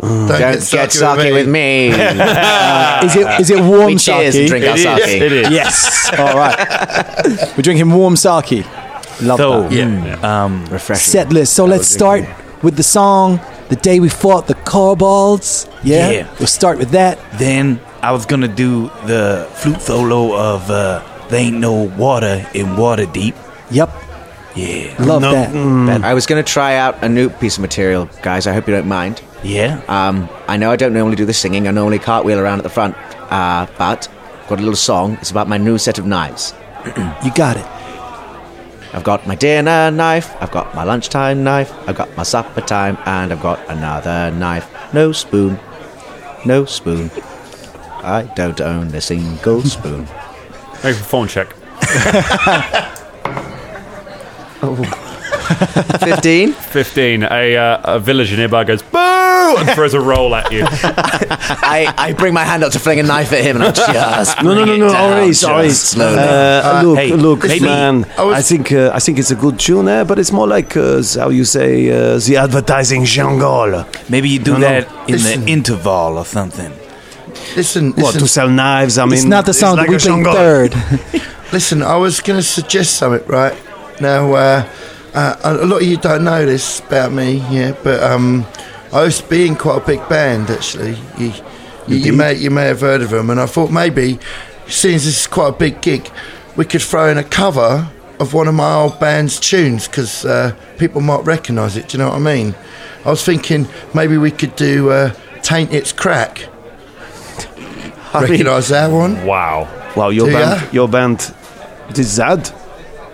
S4: Don't,
S6: Don't get sake with
S4: (laughs)
S6: me. Uh,
S2: is it is it warm
S6: we cheers
S2: sake?
S6: and drink our
S1: It is.
S6: sake.
S1: It is.
S2: (laughs) Yes. All right. We're drinking warm sake. Love
S9: so,
S2: that. Mm.
S9: um,
S6: Refreshing.
S7: set list. So let's start with the song "The Day We Fought the Kobolds." Yeah,
S9: Yeah.
S7: we'll start with that.
S9: then I was gonna do the flute solo of uh, "They Ain't No Water in Water Deep."
S7: Yep,
S9: Yeah, mm.
S7: love that.
S6: I was going to try out a new piece of material, guys. I hope you don't mind.
S9: yeah.
S6: Um, I know I don't normally do the singing. I normally cartwheel around at the front, uh, but I've got a little song. It's about my new set of knives. (clears throat)
S7: You got it.
S6: I've got my dinner knife, I've got my lunchtime knife, I've got my supper time, and I've got another knife. No spoon. No spoon. I don't own a single spoon.
S1: Make a phone check.
S6: 15?
S1: Fifteen. A, uh, a villager nearby goes boo and throws a roll at you.
S6: (laughs) I, I bring my hand up to fling a knife at him, and I just.
S8: No, no, no,
S6: bring it
S8: no,
S6: down,
S8: always,
S6: just
S8: always.
S6: Slowly.
S8: Uh, look,
S9: hey,
S8: look,
S9: maybe-
S8: man.
S4: I
S8: I,
S4: was-
S8: think uh, I think it's a good tune, eh? but it's more like uh, how you say uh, the advertising jungle.
S9: Maybe you do
S8: no.
S9: that in
S4: Listen.
S9: the interval or something.
S4: Listen,
S8: What
S4: listen,
S8: to sell knives? I mean,
S7: It's not the song
S13: like
S7: that we
S13: a
S7: played
S13: jungle.
S7: third.
S4: (laughs) listen. I was going to suggest something, right? Now, uh, uh, a lot of you don't know this about me, yeah, but um, I used to be in quite a big band, actually. You, you, you may you may have heard of them, and I thought maybe, seeing as this is quite a big gig, we could throw in a cover of one of my old band's tunes because uh, people might recognise it. Do you know what I mean? I was thinking maybe we could do uh, "Taint It's Crack." Recognise that one?
S1: Wow.
S8: Wow, your
S4: Do
S8: band,
S4: ya?
S8: your band, it is that.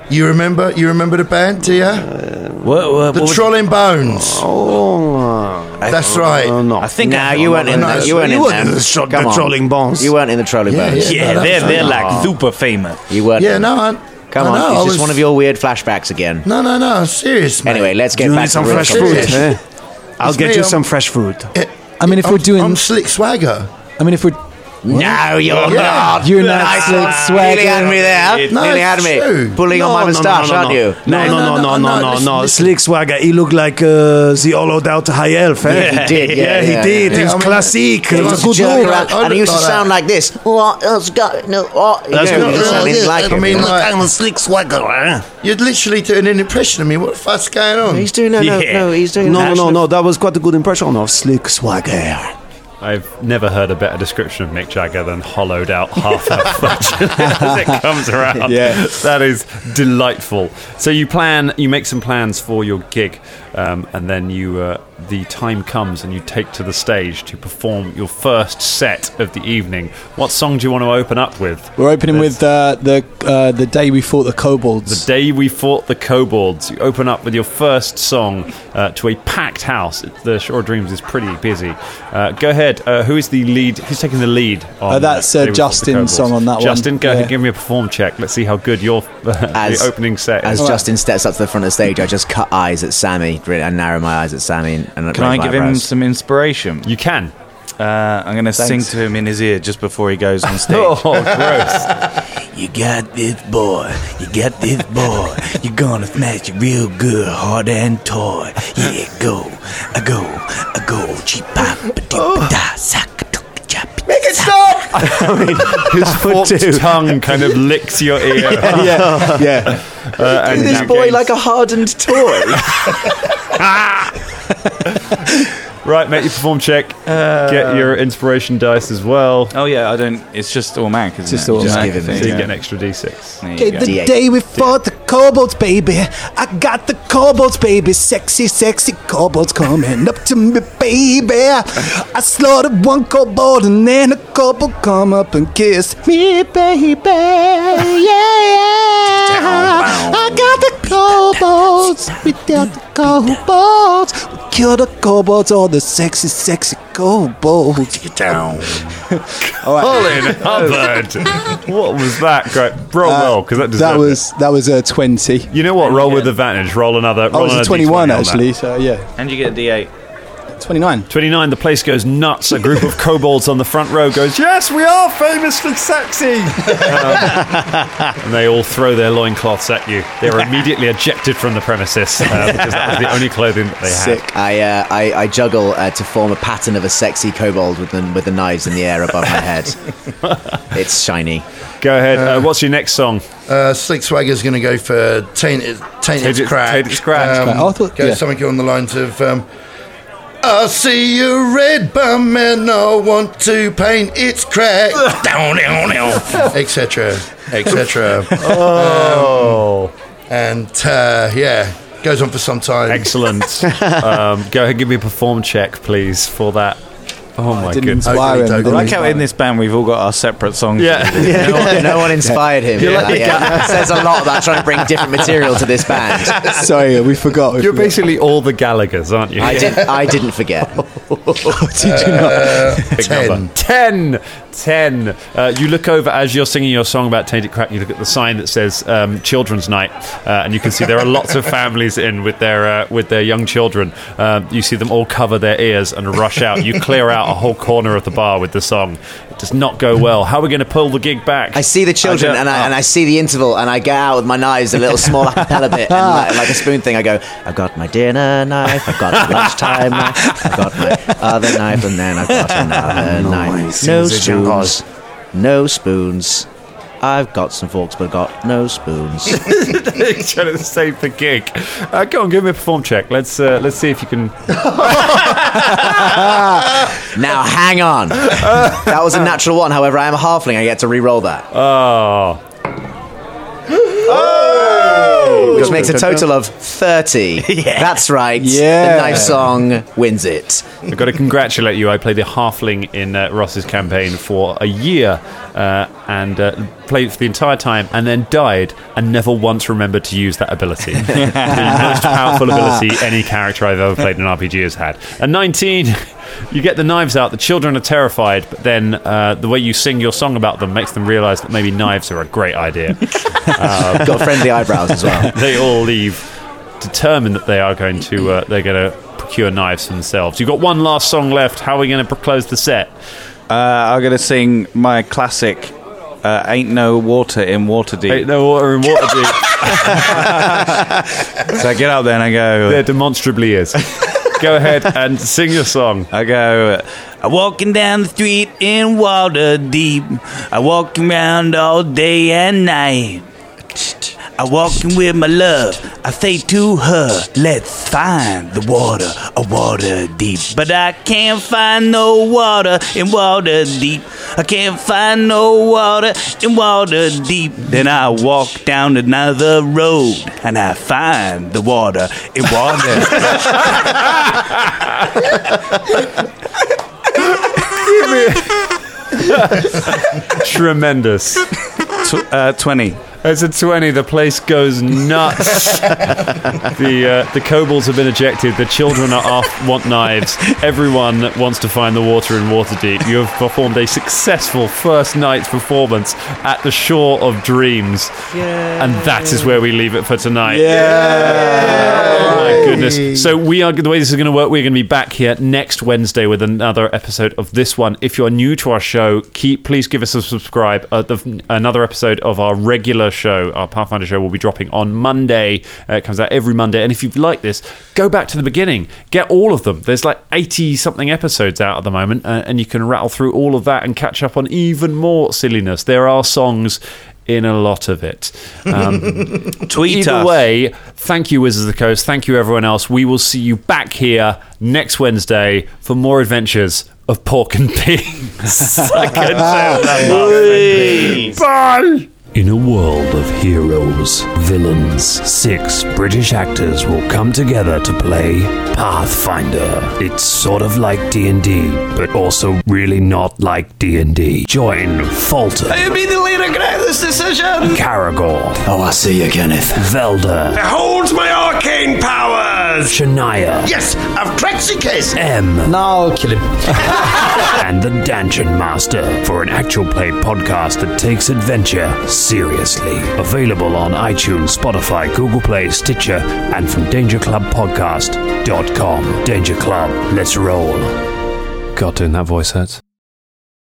S4: You remember? You remember the band, do you?
S9: What, what,
S4: the
S9: what was-
S4: Trolling Bones.
S8: Oh,
S4: That's right.
S8: no, no.
S9: I think
S6: Nah,
S9: I-
S6: you weren't in
S4: no,
S6: that.
S4: no,
S6: You weren't
S13: you
S6: in
S13: weren't in
S6: them.
S13: the tro-
S6: Come
S13: the
S6: on.
S13: trolling bones.
S6: You weren't in the trolling
S4: Yeah,
S6: bones.
S4: yeah.
S9: Yeah,
S4: No,
S9: they're
S4: that's
S9: they're
S4: not-
S9: like super famous.
S6: You weren't.
S4: Yeah,
S6: in
S4: no.
S6: them.
S4: I,
S6: Come
S4: I
S6: on,
S4: know, I
S6: it's
S4: was-
S6: just one of your weird flashbacks again.
S4: No, no, no. I'm serious, mate.
S6: Anyway, let's get
S8: you
S6: back
S8: need
S6: to
S8: some
S6: the real
S8: fresh
S6: topic.
S8: food.
S4: Yes. (laughs)
S8: Eh? I'll
S4: It's
S8: get
S4: me,
S8: you
S4: I'm- Eh,
S8: some fresh food.
S7: I mean, if
S4: I'm,
S7: we're doing,
S4: I'm Slick Swagger.
S7: I mean, if we're
S6: No, you're not.
S7: You're not
S6: Nice
S7: slick
S6: one.
S7: swagger.
S6: Nearly had me there.
S4: No,
S6: Nearly had
S4: it's
S6: me.
S4: true.
S6: Pulling on my moustache,
S8: no,
S6: aren't
S8: no.
S6: you?
S8: No, no, no, no, no, no,
S4: listen,
S8: no.
S4: listen.
S8: Slick swagger. He looked like uh, the hollowed out high elf. Eh?
S6: Yeah, he did, yeah,
S8: he
S6: yeah,
S8: did.
S4: yeah.
S8: He
S4: Yeah,
S8: was
S4: I mean,
S8: classic.
S4: he
S8: He
S4: was
S8: was
S4: a
S8: good
S4: jerk
S8: look.
S4: around. I
S6: and he
S4: look
S6: used to
S4: like that.
S6: sound like this. What else got no? What?
S8: That's
S6: you know,
S8: not
S6: he sounded
S4: really-
S6: like
S4: I
S6: him.
S4: mean, like-
S8: I'm a slick swagger. Eh?
S4: You're literally doing an impression of me. What the fuck's going on?
S6: he's doing no, no,
S9: Yeah.
S6: no. He's doing
S8: No, no, no,
S6: national-
S8: no. That was quite a good impression of
S6: (laughs)
S8: slick swagger. (laughs)
S1: I've never heard a better description of Mick Jagger than hollowed out half a fudge (laughs) as it comes around.
S2: Yeah.
S1: That is delightful. So you plan, you make some plans for your gig. um, and then you uh, the time comes and you take to the stage to perform your first set of the evening. What song do you want to open up with?
S2: We're opening with uh, the uh, the day we fought the kobolds.
S1: The day we fought the kobolds. You open up with your first song uh, to a packed house. The Shore Dreams is pretty busy. Uh, go ahead. Uh, who is the lead? Who's taking the lead? On
S2: Uh, that's,
S1: Day
S2: uh,
S1: We Fought the
S2: Justin's
S1: Kobolds?
S2: song on that one.
S1: Justin, go ahead.
S2: Yeah.
S1: Give me a perform check. Let's see how good your (laughs)
S6: As-
S1: the opening set
S6: As
S1: is.
S6: Justin steps up to the front of the stage, I just cut eyes at Sammy. Really, I narrow my eyes at Sammy. And, and
S3: Can I give him some inspiration?
S1: you can.
S3: Uh, I'm going to sing to him in his ear just before he goes
S1: (laughs)
S3: on stage.
S1: Oh, gross.
S9: You got this boy, (laughs) you got this boy. You're gonna smash it real good, hard and toy. Yeah, go, I go, I go. Cheap pop,
S4: Oh.
S9: da, sack, Make
S6: (laughs)
S9: it stop!
S1: His forked tongue kind of licks
S2: (laughs)
S1: your ear.
S2: yeah, yeah.
S1: Uh, and
S6: This
S1: you
S6: boy
S1: gain-
S6: like a hardened
S1: (laughs)
S6: toy.
S1: right, make your perform check. Get your inspiration dice as well.
S3: Uh, Oh yeah, I don't. It's just automatic, isn't
S2: Just
S3: it?
S2: automatic.
S3: give
S1: So you get an extra d6.
S7: Okay, the day we fought the kobolds, baby. I got the kobolds, baby. Sexy, sexy kobolds coming up to me, baby. I slaughtered one kobold and then a kobold come up and kissed me, baby. Yeah, I got the kobolds. We dealt the kobolds. We killed the kobolds, all the sexy, sexy kobolds.
S10: Colin
S1: (laughs)
S10: Hubbard.
S1: What was that? Great. Roll well, because that
S2: that
S1: deserved it.
S2: was that was a twenty.
S1: You know what? Roll with advantage. Roll another.
S2: I was
S1: Roll
S2: Oh, a
S1: another
S2: twenty-one
S1: D20 on that.
S2: actually, so yeah,
S3: And you get a D8.
S2: twenty-nine.
S1: 29, the place goes nuts. A group of kobolds on the front row
S2: (laughs)
S1: goes, Yes, we are famously sexy! Um, and they all throw their loincloths at you. They're immediately ejected from the premises uh, because that was the only clothing that they had.
S6: I, uh, I I juggle uh, to form a pattern of a sexy kobold with the, with the knives in the air above
S1: (laughs)
S6: my head. it's shiny.
S1: Go ahead. Uh, what's your next song? (laughs)
S4: Uh, Slick Swagger's going to go for Tainted, tainted
S1: Tainted-
S4: Crack.
S1: Tainted Crack.
S4: Um,
S2: I thought-
S4: go
S2: yeah.
S4: something on the lines of um, I see you red bum and I want to paint its
S1: (laughs)
S4: crack. down, down, down. Etc.
S1: (laughs)
S4: Etc.
S1: Oh,
S4: Um, And uh, yeah, goes on for some
S2: (laughs)
S4: time.
S1: excellent. um, go ahead, give me a perform check, please, for that. Oh, my
S2: Didn't
S1: goodness.
S2: inspire him.
S4: Okey-doke.
S2: didn't
S3: I like
S2: inspire
S3: how
S2: him.
S3: in this band we've all got our separate songs.
S1: Yeah.
S6: (laughs) No one, no one inspired him.
S1: You're
S6: Yeah,
S1: like the
S6: yeah. That (laughs) says a lot about trying to bring different material to this
S1: (laughs)
S6: band. (laughs)
S2: (laughs) Sorry, we forgot. We
S1: You're
S2: forgot.
S1: basically all the Gallagher's, aren't you?
S6: I didn't. I didn't forget.
S1: (laughs) Uh,
S6: (laughs)
S1: Big number. Ten. Ten. Uh, you look over as you're singing your song about Tainted Crack, you look at the sign that says um, Children's Night, uh, and you can see there are lots
S6: (laughs)
S1: of families in with their, uh, with their young children. Um, you see them all cover their ears and rush out. You clear out a whole corner of the bar with the song. It does not go well. How are we going to pull the gig back?
S6: I
S1: (laughs)
S6: see the children
S1: don't-
S6: and I, and I see the interval and I get out with my knives, a
S1: (laughs)
S6: little small acapella bit, and like, like a spoon thing. I go, I've got my dinner knife, I've
S1: (laughs)
S6: got my lunchtime knife, I've got my other knife, and then I've got (laughs) another knife. No
S8: Sings the jungles.
S6: spoons. No spoons. I've got some forks, but I've got no spoons.
S1: trying to save the gig. (laughs) Uh, go on, give me a perform check. Let's uh, let's see if you can.
S6: (laughs) now, hang on. That was a natural one. However, I am a halfling. I get to re-roll that,
S1: Oh,
S6: which makes a total of (laughs) thirty. That's right.
S2: Yeah.
S6: The knife (laughs) song wins it.
S1: I've got to congratulate you. I played the halfling in uh, Ross's campaign for a year uh, and uh, played for the entire time and then died and never once remembered to use that ability. the most powerful ability any character I've ever played in an RPG has had. And 19, (laughs) you get the knives out. The children are terrified, but then uh, the way you sing your song about them makes them realize that maybe knives are a great idea.
S6: (laughs) Got friendly eyebrows as well.
S1: (laughs) they all leave determined that they are going to uh, they're going to procure knives for themselves. You've got one last song left. How are we going to close the set?
S3: Uh, I'm going to sing my classic uh, Ain't No Water in Waterdeep.
S1: Ain't no water in water deep.
S3: (laughs) So I get up there and I go,
S1: there demonstrably
S3: (laughs)
S1: is. Go ahead and sing your song.
S3: I go, I'm walking down the street in water deep. I walk around all day and night.
S9: I walked in with my love. I say to her, let's find the water, a water deep. But I can't find no water in water deep. I can't find no water in water deep. Then I walk down another road and I find the water
S6: (laughs)
S9: in water. (laughs)
S10: (laughs)
S1: (laughs) Tremendous.
S4: Tw- uh, 20.
S1: It's a 20. The place goes
S4: (laughs)
S1: nuts. the uh, the kobolds have been ejected. The children are off, want knives. Everyone wants to find the water in Waterdeep. You have performed a successful first night's performance at the Shore of Dreams. And that is where we leave it for tonight. Oh my goodness. So we are the way this is going to work. We're going to be back here next Wednesday with another episode of this one. If you're new to our show, keep please give us a subscribe. Uh, the, another episode of our regular show, our Pathfinder show, will be dropping on Monday. Uh, it comes out every Monday. And if you've liked this, go back to the beginning. Get all of them. There's like 80 something episodes out at the moment, uh, and you can rattle through all of that and catch up on even more silliness. There are songs. In a lot of it.
S4: (laughs)
S1: Um,
S4: Tweet
S1: Either
S4: us.
S1: way, thank you, Wizards of the Coast. Thank you, everyone else. We will see you back here next Wednesday for more adventures of pork and (laughs) beans. I couldn't say it that much.
S10: In a world of heroes, villains, six British actors will come together to play Pathfinder. It's sort of like D&D, but also really not like D&D. Join Fulton. I immediately regret this decision. Caragor,
S8: Oh, I see you, Kenneth.
S10: Velda,
S14: Behold my arcane powers!
S10: Shania,
S15: Yes, I've cracked the case.
S10: M,
S16: No, kill
S8: (laughs)
S16: him.
S10: (laughs) and the Dungeon Master for an actual play podcast that takes adventure seriously. Available on iTunes, Spotify, Google Play, Stitcher, and from DangerClubPodcast.com. Danger Club, let's roll.
S1: God, doing that voice hurts.